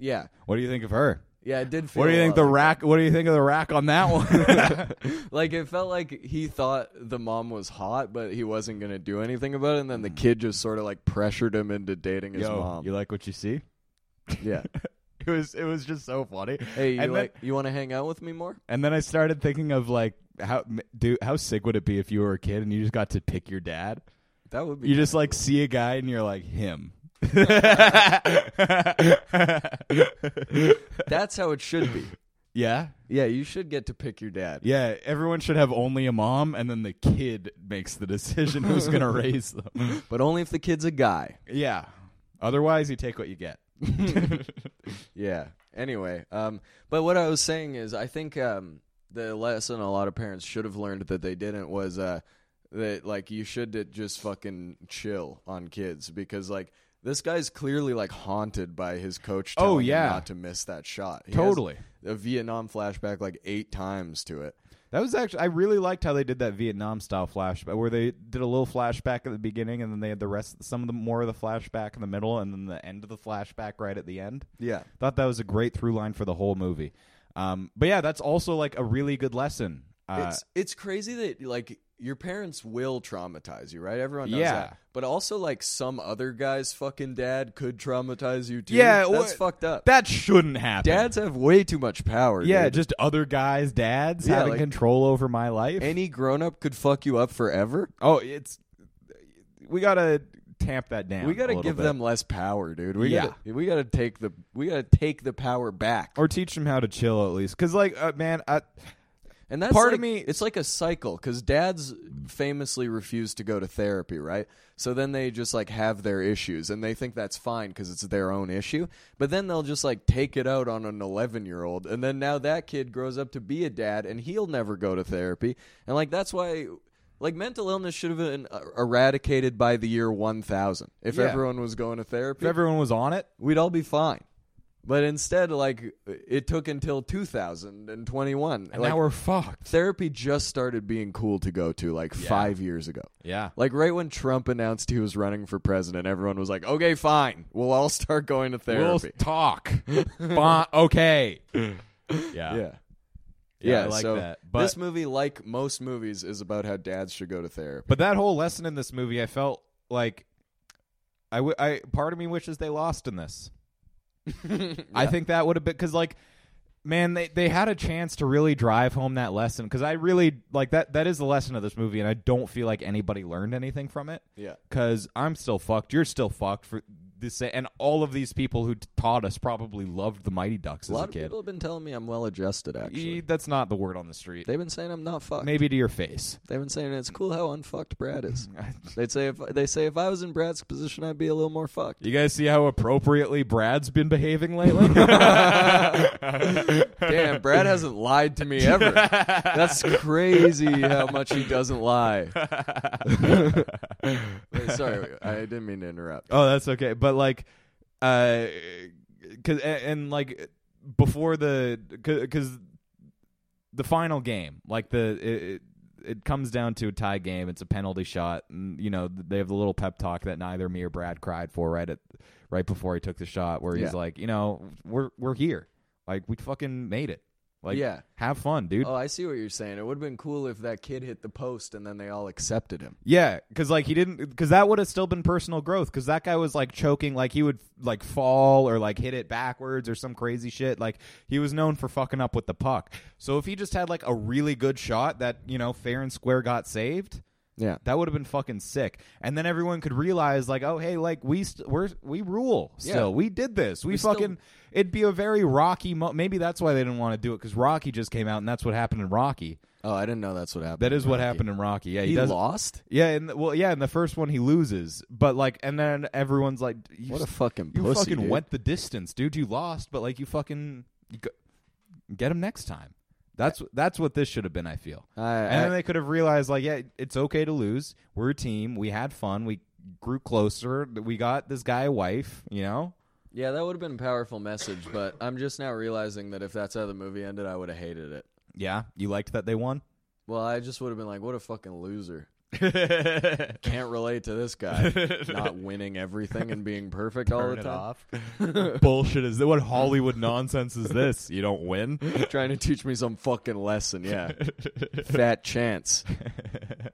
Yeah.
"What do you think of her?
Yeah, it did feel.
What do you
a
think
lot
the
like
rack? What do you think of the rack on that one?"
like it felt like he thought the mom was hot, but he wasn't gonna do anything about it. And then the kid just sort of like pressured him into dating his
Hmm. Yo,
mom.
you like what you see?
yeah.
It was it was just so funny.
Hey, you
and
like
then,
you want to hang out with me more?
and then I started thinking of like how dude, how sick would it be if you were a kid and you just got to pick your dad.
That would be.
You just like see a guy and you're like him. yeah.
That's how it should be. Yeah, you should get to pick your dad.
Yeah, everyone should have only a mom and then the kid makes the decision who's going to raise them.
But only if the kid's a guy.
Yeah. Otherwise, you take what you get.
Yeah. Anyway, um, but what I was saying is, I think um, the lesson a lot of parents should have learned that they didn't was uh, that like you should d- just fucking chill on kids because like this guy's clearly like haunted by his coach.
Oh,
Telling him
yeah.
not to miss that shot. He has
Totally.
a Vietnam flashback like eight times to it.
That was actually I really liked how they did that Vietnam style flashback where they did a little flashback at the beginning and then they had the rest some of the more of the flashback in the middle and then the end of the flashback right at the end.
Yeah.
Thought that was a great through line for the whole movie. Um, but yeah, that's also like a really good lesson. Uh,
it's it's crazy that like your parents will traumatize you, right? Everyone knows
Yeah.
that. But also like some other guy's fucking dad could traumatize you too.
Yeah,
that's
wha-
fucked up.
that shouldn't happen.
Dads have way too much power.
yeah,
dude.
just other guys' dads
Yeah,
having
like-
control over my life.
any grown up could fuck you up forever.
oh, it's we gotta tamp that down.
we got
a
to
little
give
bit.
them less power, dude. We
Yeah.
gotta, we got to take the we got to take the power back.
or teach them how to chill at least, because like uh, man, I,
And that's
Part
like-
of me-
it's like a cycle because dads famously refuse to go to therapy, right? So then they just like have their issues and they think that's fine because it's their own issue. But then they'll just like take it out on an 11 year old. And then now that kid grows up to be a dad and he'll never go to therapy. And like that's why. Like mental illness should have been er- eradicated by the year 1000. If
Yeah.
everyone was going to therapy,
if everyone was on it,
we'd all be fine. But instead, like it took until 2021.
and
like,
now we're fucked.
therapy just started being cool to go to like five years ago.
Yeah,
Like right when Trump announced he was running for president, everyone was like, "Okay, fine, we'll all start going to
we'll
therapy."
talk. Bon- okay. Yeah.
yeah.
Yeah, I like
so
that, but-
this movie, like most movies, is about how dads should go to therapy.
But that whole lesson in this movie, I felt like I, w- I part of me wishes they lost in this. I think that would have been because like. Man, they, they had a chance to really drive home that lesson because I really like that. That is the lesson of this movie, and I don't feel like anybody learned anything from it.
Yeah.
because I'm still fucked. You're still fucked for this, and all of these people who t- taught us probably loved the Mighty Ducks
A
as a
lot of
kid.
people have been telling me I'm well adjusted. Actually,
E- that's not the word on the street.
they've been saying I'm not fucked.
Maybe to your face.
They've been saying it's cool how unfucked Brad is. They'd say if they say if I was in Brad's position, I'd be a little more fucked.
You guys see how appropriately Brad's been behaving lately?
Damn, Brad hasn't lied to me ever. That's crazy how much he doesn't lie. Wait, sorry, I didn't mean to interrupt.
Oh, that's okay. But like, uh, cause and, and like before the because the final game, like the it, it, it comes down to a tie game. It's a penalty shot, and you know they have the little pep talk that neither me or Brad cried for right at right before he took the shot, where he's
Yeah.
like, you know, we're we're here, like we fucking made it. Like,
Yeah.
have fun, dude.
Oh, I see what you're saying. It would have been cool if that kid hit the post and then they all accepted him.
Yeah, because like he didn't, because that would have still been personal growth. Because that guy was like choking, like he would like fall or like hit it backwards or some crazy shit. Like he was known for fucking up with the puck. So if he just had like a really good shot that you know fair and square got saved,
Yeah.
that would have been fucking sick. And then everyone could realize like, oh hey, like we st- we're we rule still.
Yeah.
We did this. We,
We still-
fucking. It'd be a very Rocky. Mo- Maybe that's why they didn't want to do it because Rocky just came out and that's what happened in Rocky.
Oh, I didn't know that's what happened.
That is what
Rocky.
happened in Rocky. Yeah, he,
He,
does.
lost.
Yeah, and well, yeah, in the first one he loses, but like, and then everyone's like, you,
What a fucking
you
pussy,
fucking
dude.
went the distance, dude. You lost, but like, you fucking you go, get him next time. That's that's what this should have been. I feel,
I-
and then
I-
they could have realized, like, yeah, it's okay to lose. We're a team. We had fun. We grew closer. We got this guy a wife. You know,
yeah, that would have been a powerful message, but I'm just now realizing that if that's how the movie ended, I would have hated it.
yeah, you liked that they won.
Well, I just would have been like, what a fucking loser. Can't relate to this guy. Not winning everything and being perfect all the time.
Bullshit is what Hollywood nonsense is this? You don't win.
Trying to teach me some fucking lesson, yeah. Fat chance.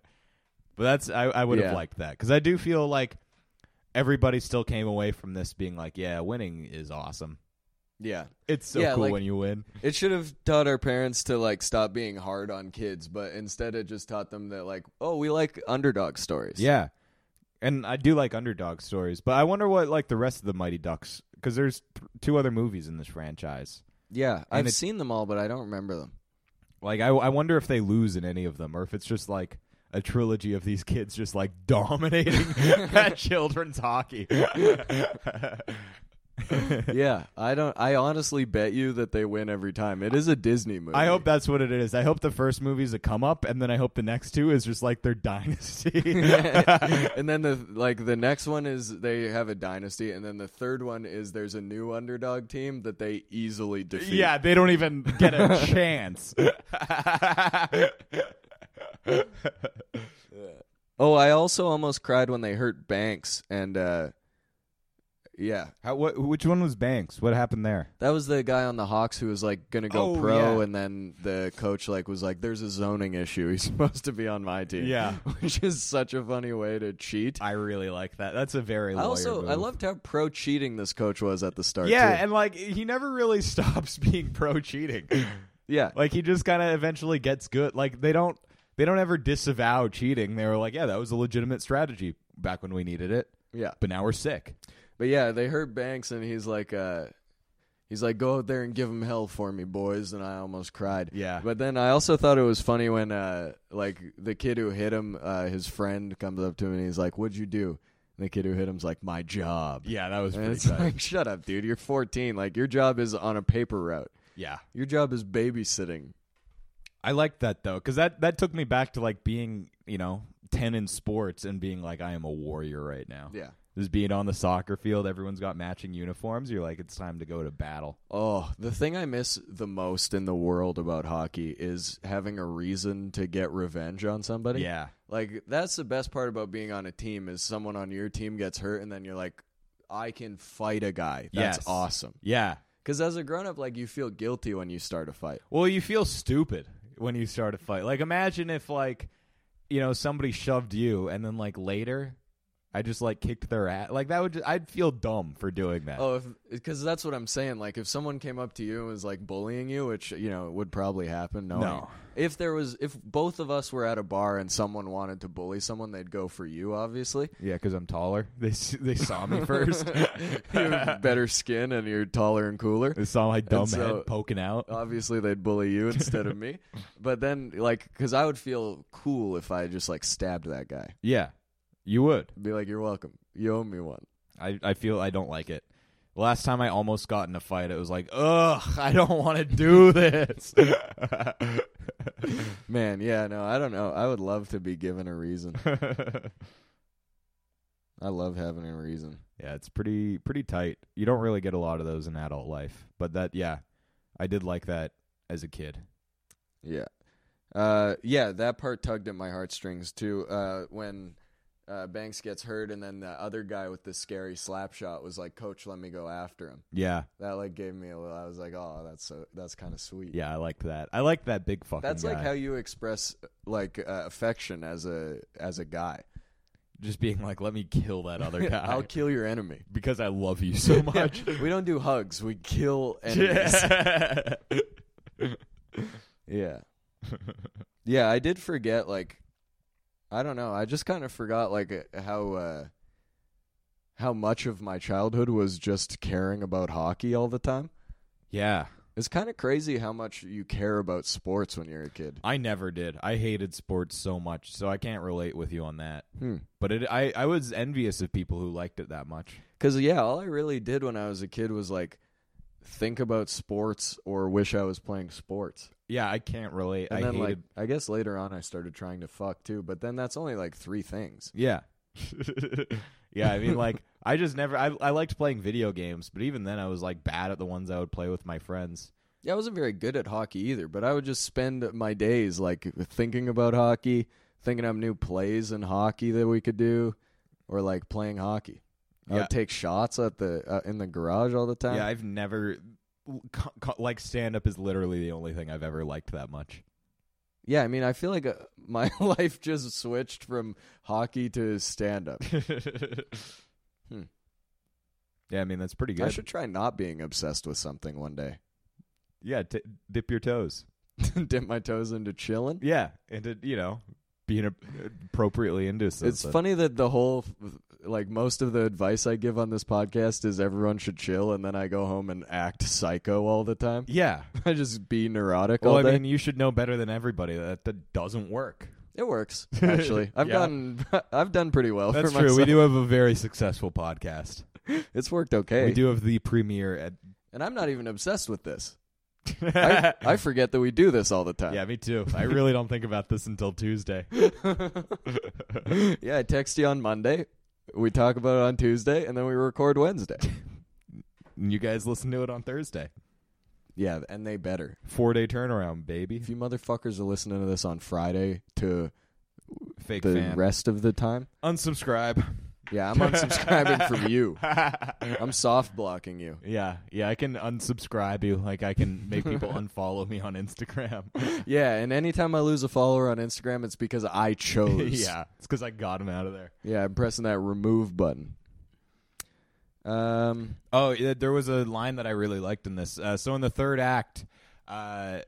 But that's I, I would have
Yeah.
liked that because I do feel like everybody still came away from this being like, yeah, winning is awesome.
Yeah.
It's so
Yeah,
cool
like-
when you win.
It should have taught our parents to like stop being hard on kids, but instead it just taught them that like, oh, we like underdog stories.
Yeah, and I do like underdog stories, but I wonder what like the rest of the Mighty Ducks because there's th- two other movies in this franchise.
Yeah. I've
it-
seen them all, but I don't remember them.
Like I, I wonder if they lose in any of them or if it's just like a trilogy of these kids just like dominating at children's hockey.
yeah. I don't I honestly bet you that they win every time. It is a Disney movie.
I hope that's what it is. I hope the first movie's a come up, and then I hope the next two is just like their dynasty.
and then the like the next one is they have a dynasty, and then the third one is there's a new underdog team that they easily defeat.
yeah, they don't even get a chance.
Oh, I also almost cried when they hurt Banks, and uh, yeah,
How, what, which one was Banks? What happened there?
that was the guy on the Hawks who was like gonna go
Oh,
pro,
yeah.
and then the coach like was like, "There's a zoning issue. He's supposed to be on my team."
Yeah.
which is such a funny way to cheat.
I really like that. That's a very
I also I loved how pro cheating this coach was at the start.
Yeah,
too.
and like he never really stops being pro cheating.
yeah.
like he just kind of eventually gets good. Like they don't they don't ever disavow cheating. They were like, yeah, that was a legitimate strategy back when we needed it,
yeah.
but now we're sick.
But yeah, they hurt Banks, and he's like, uh, he's like, go out there and give him hell for me, boys. And I almost cried.
Yeah.
But then I also thought it was funny when, uh, like, the kid who hit him, uh, his friend comes up to him and he's like, "What'd you do?" And the kid who hit him's like, "My job."
Yeah, that was
And
pretty
it's
tight.
like, shut up, dude. You're 14. Like, your job is on a paper route.
yeah.
Your job is babysitting.
I liked that though, because that that took me back to like being, you know, ten in sports and being like, I am a warrior right now.
Yeah.
Just being on the soccer field, everyone's got matching uniforms. You're like, it's time to go to battle.
Oh, the thing I miss the most in the world about hockey is having a reason to get revenge on somebody.
Yeah,
Like that's the best part about being on a team is someone on your team gets hurt and then you're like, I can fight a guy. That's
Yes.
awesome.
yeah.
Because as a grown up, like you feel guilty when you start a fight.
Well, you feel stupid when you start a fight. Like, imagine if like, you know, somebody shoved you, and then like later, I just like kicked their ass. Like that would, ju- I'd feel dumb for doing that.
Oh, because that's what I'm saying. Like if someone came up to you and was like bullying you, which you know would probably happen. No.
No.
If there was, if both of us were at a bar and someone wanted to bully someone, they'd go for you, obviously.
Yeah, because I'm taller. They s- they saw me first.
you have better skin and you're taller and cooler.
they saw my dumb
And so-
head poking out.
obviously they'd bully you instead of me but then like because i would feel cool if i just like stabbed that guy
Yeah, you would.
be like you're welcome you owe me one
I, I feel I don't like it. Last time I almost got in a fight, it was like, ugh, I don't want to do this.
man yeah no i don't know i would love to be given a reason
yeah,
i love having a reason
it's pretty pretty tight. You don't really get a lot of those in adult life, but that yeah, I did like that as a kid.
yeah uh yeah that part tugged at my heartstrings too uh when uh, Banks gets hurt, and then the other guy with the scary slap shot was like, "Coach, let me go after him."
Yeah,
That like gave me a little. I was like, "Oh, that's so that's kind of sweet."
yeah, I like that. I like that big fucking.
that's like
guy.
how you express like uh, affection as a as a guy.
just being like, let me kill that other guy
I'll kill your enemy.
because I love you so much.
we don't do hugs. We kill enemies.
Yeah.
Yeah. yeah, I did forget like I don't know. I just kind of forgot like uh, how uh how much of my childhood was just caring about hockey all the time.
yeah,
It's kind of crazy how much you care about sports when you're a kid.
I never did. I hated sports so much, so I can't relate with you on that.
Hmm.
But it, I, I was envious of people who liked it that much.
Cuz yeah, all I really did when I was a kid was like think about sports or wish I was playing sports.
Yeah, I can't relate.
And
I
then
hated.
like I guess later on I started trying to fuck too, but then that's only like 3 things.
yeah, yeah. I mean, like, I just never. I, I liked playing video games, but even then, I was like bad at the ones I would play with my friends.
Yeah, I wasn't very good at hockey either, but I would just spend my days like thinking about hockey, thinking of new plays in hockey that we could do, or like playing hockey. I
Yeah.
would take shots at the uh, in the garage all the time.
Yeah, I've never. co- co- Like stand up is literally the only thing I've ever liked that much.
Yeah, I mean, I feel like uh, my life just switched from hockey to stand up. Hmm.
Yeah, I mean that's pretty
I
good.
should try not being obsessed with something one day.
Yeah, t- dip your toes.
Dip my toes into chilling.
Yeah, and to, you know, being a- appropriately into something.
It's funny that the whole like most of the advice I give on this podcast is everyone should chill, and then I go home and act psycho all the time.
Yeah.
I just be neurotic
Well,
all
I
day.
mean, you should know better than everybody that that doesn't work.
it works actually. I've
Yeah.
gotten I've done pretty well.
That's
for
true. We
myself.
do have a very successful podcast.
It's worked okay.
We do have the premiere at.
and I'm not even obsessed with this. I, I forget that we do this all the time.
yeah, me too. I really don't think about this until Tuesday.
Yeah, I text you on Monday. We talk about it on Tuesday, and then we record Wednesday.
And you guys listen to it on Thursday.
yeah, and they better.
Four day turnaround, baby.
If you motherfuckers are listening to this on Friday to
Fake
the
fan.
rest of the time,
Unsubscribe.
yeah, I'm unsubscribing from you. I'm soft blocking you.
Yeah, yeah, I can unsubscribe you. Like I can make people unfollow me on Instagram.
Yeah, and anytime I lose a follower on Instagram, it's because I chose.
yeah, it's because I got him out of there.
Yeah, I'm pressing that remove button. Um,
Oh, yeah, there was a line that I really liked in this. Uh, so in the third act, uh,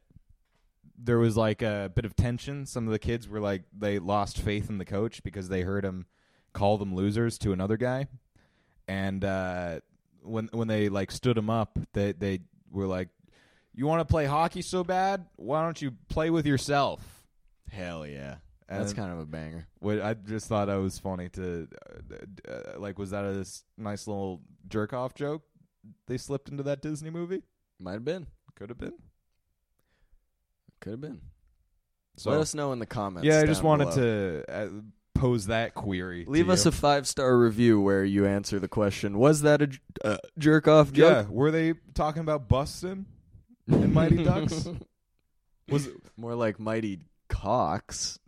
there was like a bit of tension. Some of the kids were like they lost faith in the coach because they heard him call them losers to another guy, and uh, when when they like stood him up, they they were like, "You want to play hockey so bad? Why don't you play with yourself?"
hell yeah. That's
And-
kind of a banger.
What I just thought I was funny to, uh, uh, like, was that a s- nice little jerk off joke they slipped into that Disney movie?
Might have been.
Could have been.
Could have been.
So
Let us know in the comments.
yeah, I just wanted to uh, pose that query. to
leave us
you.
a five star review where you answer the question: Was that a j- uh, jerk off
yeah.
joke?
Were they talking about busting in Mighty Ducks? Was
More like Mighty Cox.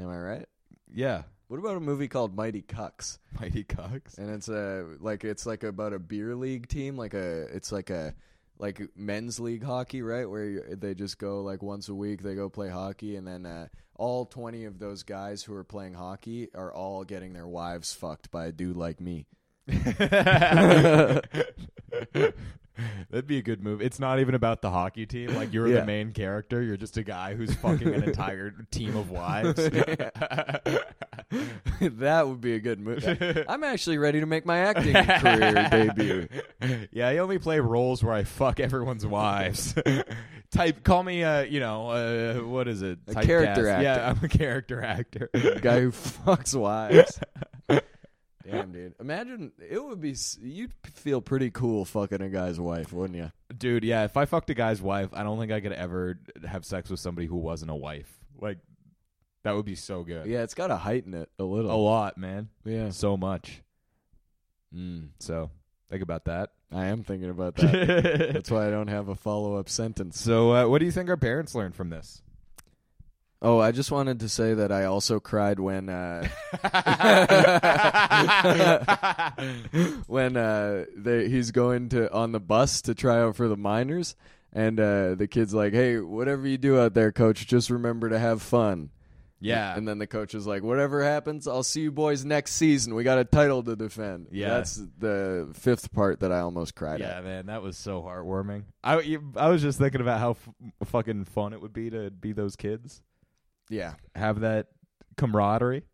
Am I right?
yeah,
What about a movie called Mighty Cucks?
Mighty Cox.
and it's a like it's like about a beer league team like a it's like a like men's league hockey right where you, they just go like once a week they go play hockey and then uh, all 20 of those guys who are playing hockey are all getting their wives fucked by a dude like me
That'd be a good move. It's not even about the hockey team. Like you're
Yeah.
the main character. You're just a guy who's fucking an entire team of wives.
that would be a good move i'm actually ready to make my acting career debut
yeah, I only play roles where I fuck everyone's wives. Type, call me, uh, you know, uh, what is it?
A character
Typecast. Yeah,
actor.
I'm a character actor.
guy who fucks wives damn dude imagine it would be s- you'd feel pretty cool fucking a guy's wife wouldn't you
Dude, yeah, if I fucked a guy's wife, I don't think I could ever have sex with somebody who wasn't a wife. Like, that would be so good.
Yeah, it's got to heighten it a
A
little.
lot, man.
yeah.
So much.
Mm,
So, think about that.
I am thinking about that. That's why I don't have a follow up sentence.
so, uh, what do you think our parents learned from this?
Oh, I just wanted to say that I also cried when uh, when uh, they, he's going to on the bus to try out for the minors, and uh, the kid's like, "Hey, whatever you do out there, coach, just remember to have fun."
yeah.
And then the coach is like, "Whatever happens, I'll see you boys next season. We got a title to defend."
Yeah.
that's the fifth part that I almost cried
yeah,
at.
man, that was so heartwarming. I you- I was just thinking about how f- fucking fun it would be to be those kids,
Yeah,
have that camaraderie,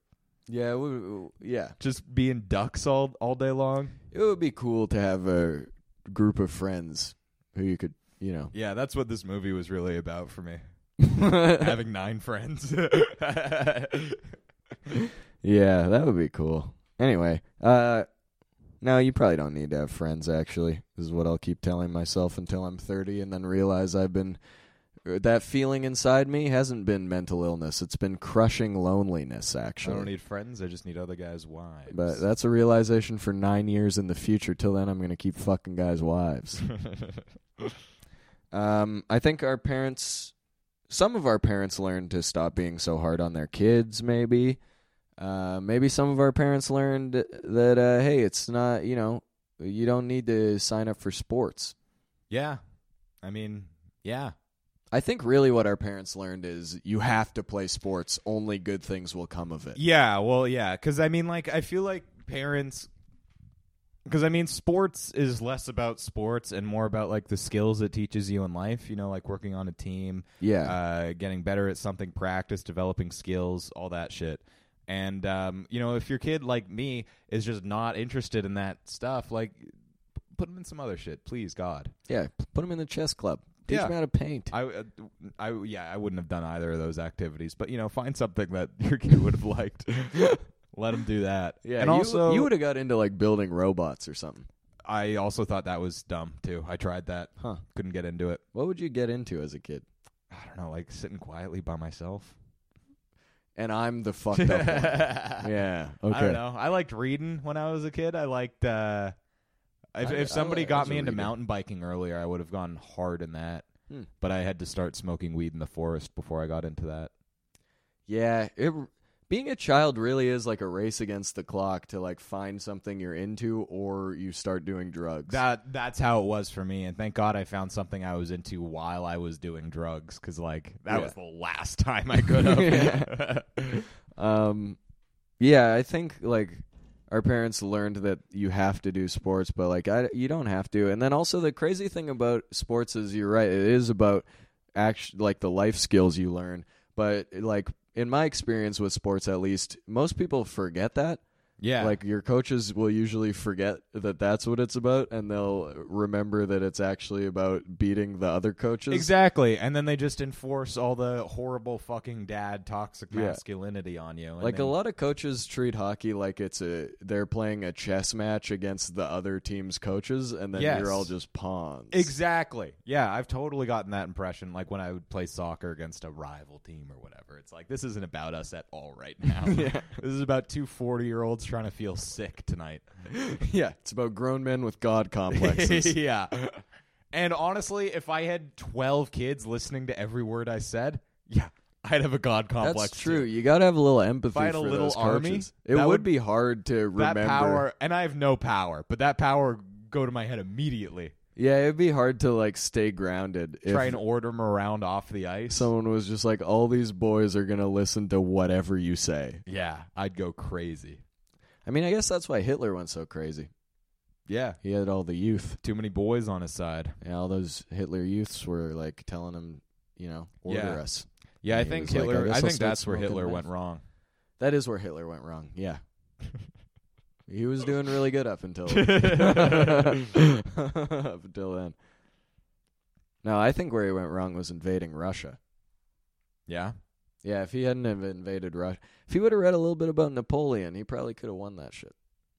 yeah, we- we- yeah.
just being ducks all all day long.
It would be cool to have a group of friends who you could, you know.
Yeah, that's what this movie was really about for me. Having nine friends.
Yeah, that would be cool. Anyway, uh no, you probably don't need to have friends actually. Is what I'll keep telling myself until I'm 30 and then realize I've been uh, that feeling inside me hasn't been mental illness. It's been crushing loneliness
I don't
actually.
need friends. I just need other guys' wives.
But that's a realization for 9 years in the future. Till then I'm going to keep fucking guys wives. Um, I think our parents, some of our parents learned to stop being so hard on their kids, maybe. Uh, maybe some of our parents learned that, uh, hey, it's not, you know, you don't need to sign up for sports.
yeah, I mean, yeah,
I think really what our parents learned is you have to play sports, only good things will come of it.
yeah. Well, yeah, because I mean, like, I feel like parents. Because I mean, sports is less about sports and more about like the skills it teaches you in life. You know, like working on a team,
Yeah.
uh, getting better at something, practice, developing skills, all that shit. And um, you know, if your kid like me is just not interested in that stuff, like p- put them in some other shit, please, God.
yeah. P- Put them in the chess club, teach
Yeah.
them how to paint.
I, uh, I, yeah, I wouldn't have done either of those activities, but you know, find something that your kid would have liked. Let them do that.
yeah.
and
you,
also
you would have got into like building robots or something.
I also thought that was dumb too. I tried that,
Huh.
couldn't get into it.
What would you get into as a kid?
I don't know, like sitting quietly by myself.
And I'm the fucked up one. Yeah. Okay.
I don't know. I liked reading when I was a kid. I liked uh if,
I- I
if somebody
like- I was
got
a
me into
reader.
mountain biking earlier, I would have gone hard in that.
Hmm.
But I had to start smoking weed in the forest before I got into that.
Yeah, it being a child really is like a race against the clock to like find something you're into or you start doing drugs.
That that's how it was for me, and thank God I found something I was into while I was doing drugs, because like that
Yeah.
was the last time I could have.
um yeah, I think like our parents learned that you have to do sports, but like I, you don't have to. And then also the crazy thing about sports is you're right, it is about act like the life skills you learn, but like in my experience with sports at least, most people forget that.
yeah,
Like your coaches will usually forget that that's what it's about, and they'll remember that it's actually about beating the other coaches.
exactly. And then they just enforce all the horrible fucking dad toxic
Yeah.
masculinity on you. and
Like a
then-
lot of coaches treat hockey like it's a they're playing a chess match against the other team's coaches, and then
Yes.
you're all just pawns.
Exactly. Yeah, I've totally gotten that impression. Like when I would play soccer against a rival team or whatever, it's like this isn't about us at all right now. This is about two 40 year olds trying to feel sick tonight.
yeah, it's about grown men with god complexes.
yeah. And honestly, if I had 12 kids listening to every word I said, yeah, I'd have a god complex.
That's
too.
true. You gotta have a little empathy
I had a
for
little
those
army,
coaches. It would,
that would-
be hard to
That
remember.
power, and I have no power, but that power would go to my head immediately.
Yeah, it'd be hard to like stay grounded. if-
Try and order them around off the ice.
someone was just like, all these boys are going to listen to whatever you say.
yeah, I'd go crazy.
I mean, I guess that's why Hitler went so crazy.
Yeah,
He had all the youth.
too many boys on his side.
And all those Hitler youths were like telling him, you know, order
Yeah.
us.
Yeah, I
And he
think
was like, I
Hitler.
guess
I,
I'll
think
start
that's where
smoking
Hitler
meth.
went wrong.
That is where Hitler went wrong. Yeah. he was doing really good up until up until then. No, I think where he went wrong was invading Russia.
Yeah,
Yeah, if he hadn't have invaded Russia, if he would have read a little bit about Napoleon, he probably could have won that shit.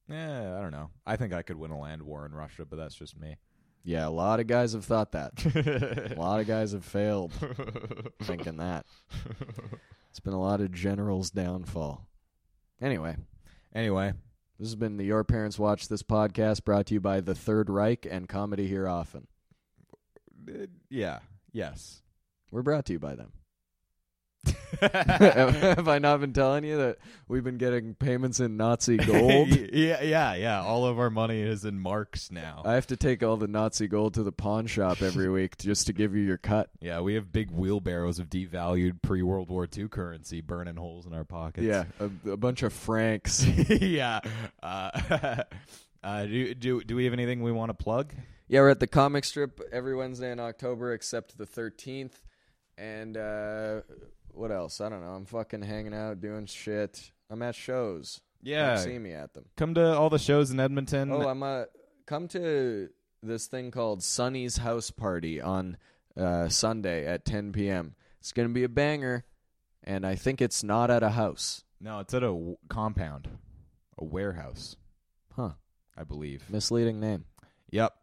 yeah. I don't know. I think I could win a land war in Russia, but that's just me.
Yeah, a lot of guys have thought that. A lot of guys have failed thinking that. It's been a lot of generals' downfall. Anyway,
anyway,
this has been the Your Parents Watch This podcast brought to you by the Third Reich and Comedy Here Often.
uh, yeah, yes.
We're brought to you by them. Have I not been telling you that we've been getting payments in Nazi gold?
yeah, yeah, yeah. All of our money is in marks now.
I have to take all the Nazi gold to the pawn shop every week just to give you your cut.
yeah, we have big wheelbarrows of devalued pre World War II currency burning holes in our pockets.
Yeah, a, a bunch of francs.
yeah. Uh, uh, do do do we have anything we want to plug?
Yeah, we're at the comic strip every Wednesday in October except the 13th. And uh, what else? I don't know. I'm fucking hanging out, doing shit. I'm at shows.
Yeah.
Come see me at them.
Come to all the shows in Edmonton.
Oh, I'm uh, come to this thing called Sunny's House Party on uh, Sunday at 10 p.m. It's gonna be a banger, and I think it's not at a house.
no, it's at a w- compound, a warehouse,
Huh?
I believe.
Misleading name.
Yep.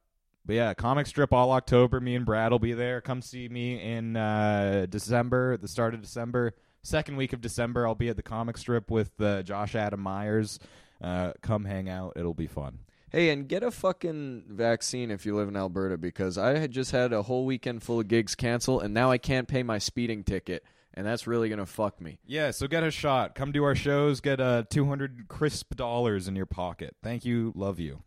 But yeah, comic strip all October. Me and Brad will be there. Come see me in uh, December, the start of December, second week of December. I'll be at the comic strip with uh, Josh Adam Myers. Uh, come hang out. It'll be fun.
Hey, and get a fucking vaccine if you live in Alberta because I had just had a whole weekend full of gigs cancel, and now I can't pay my speeding ticket, and that's really gonna fuck me.
Yeah, so get a shot. Come to our shows. Get uh, two hundred crisp dollars in your pocket. Thank you. Love you.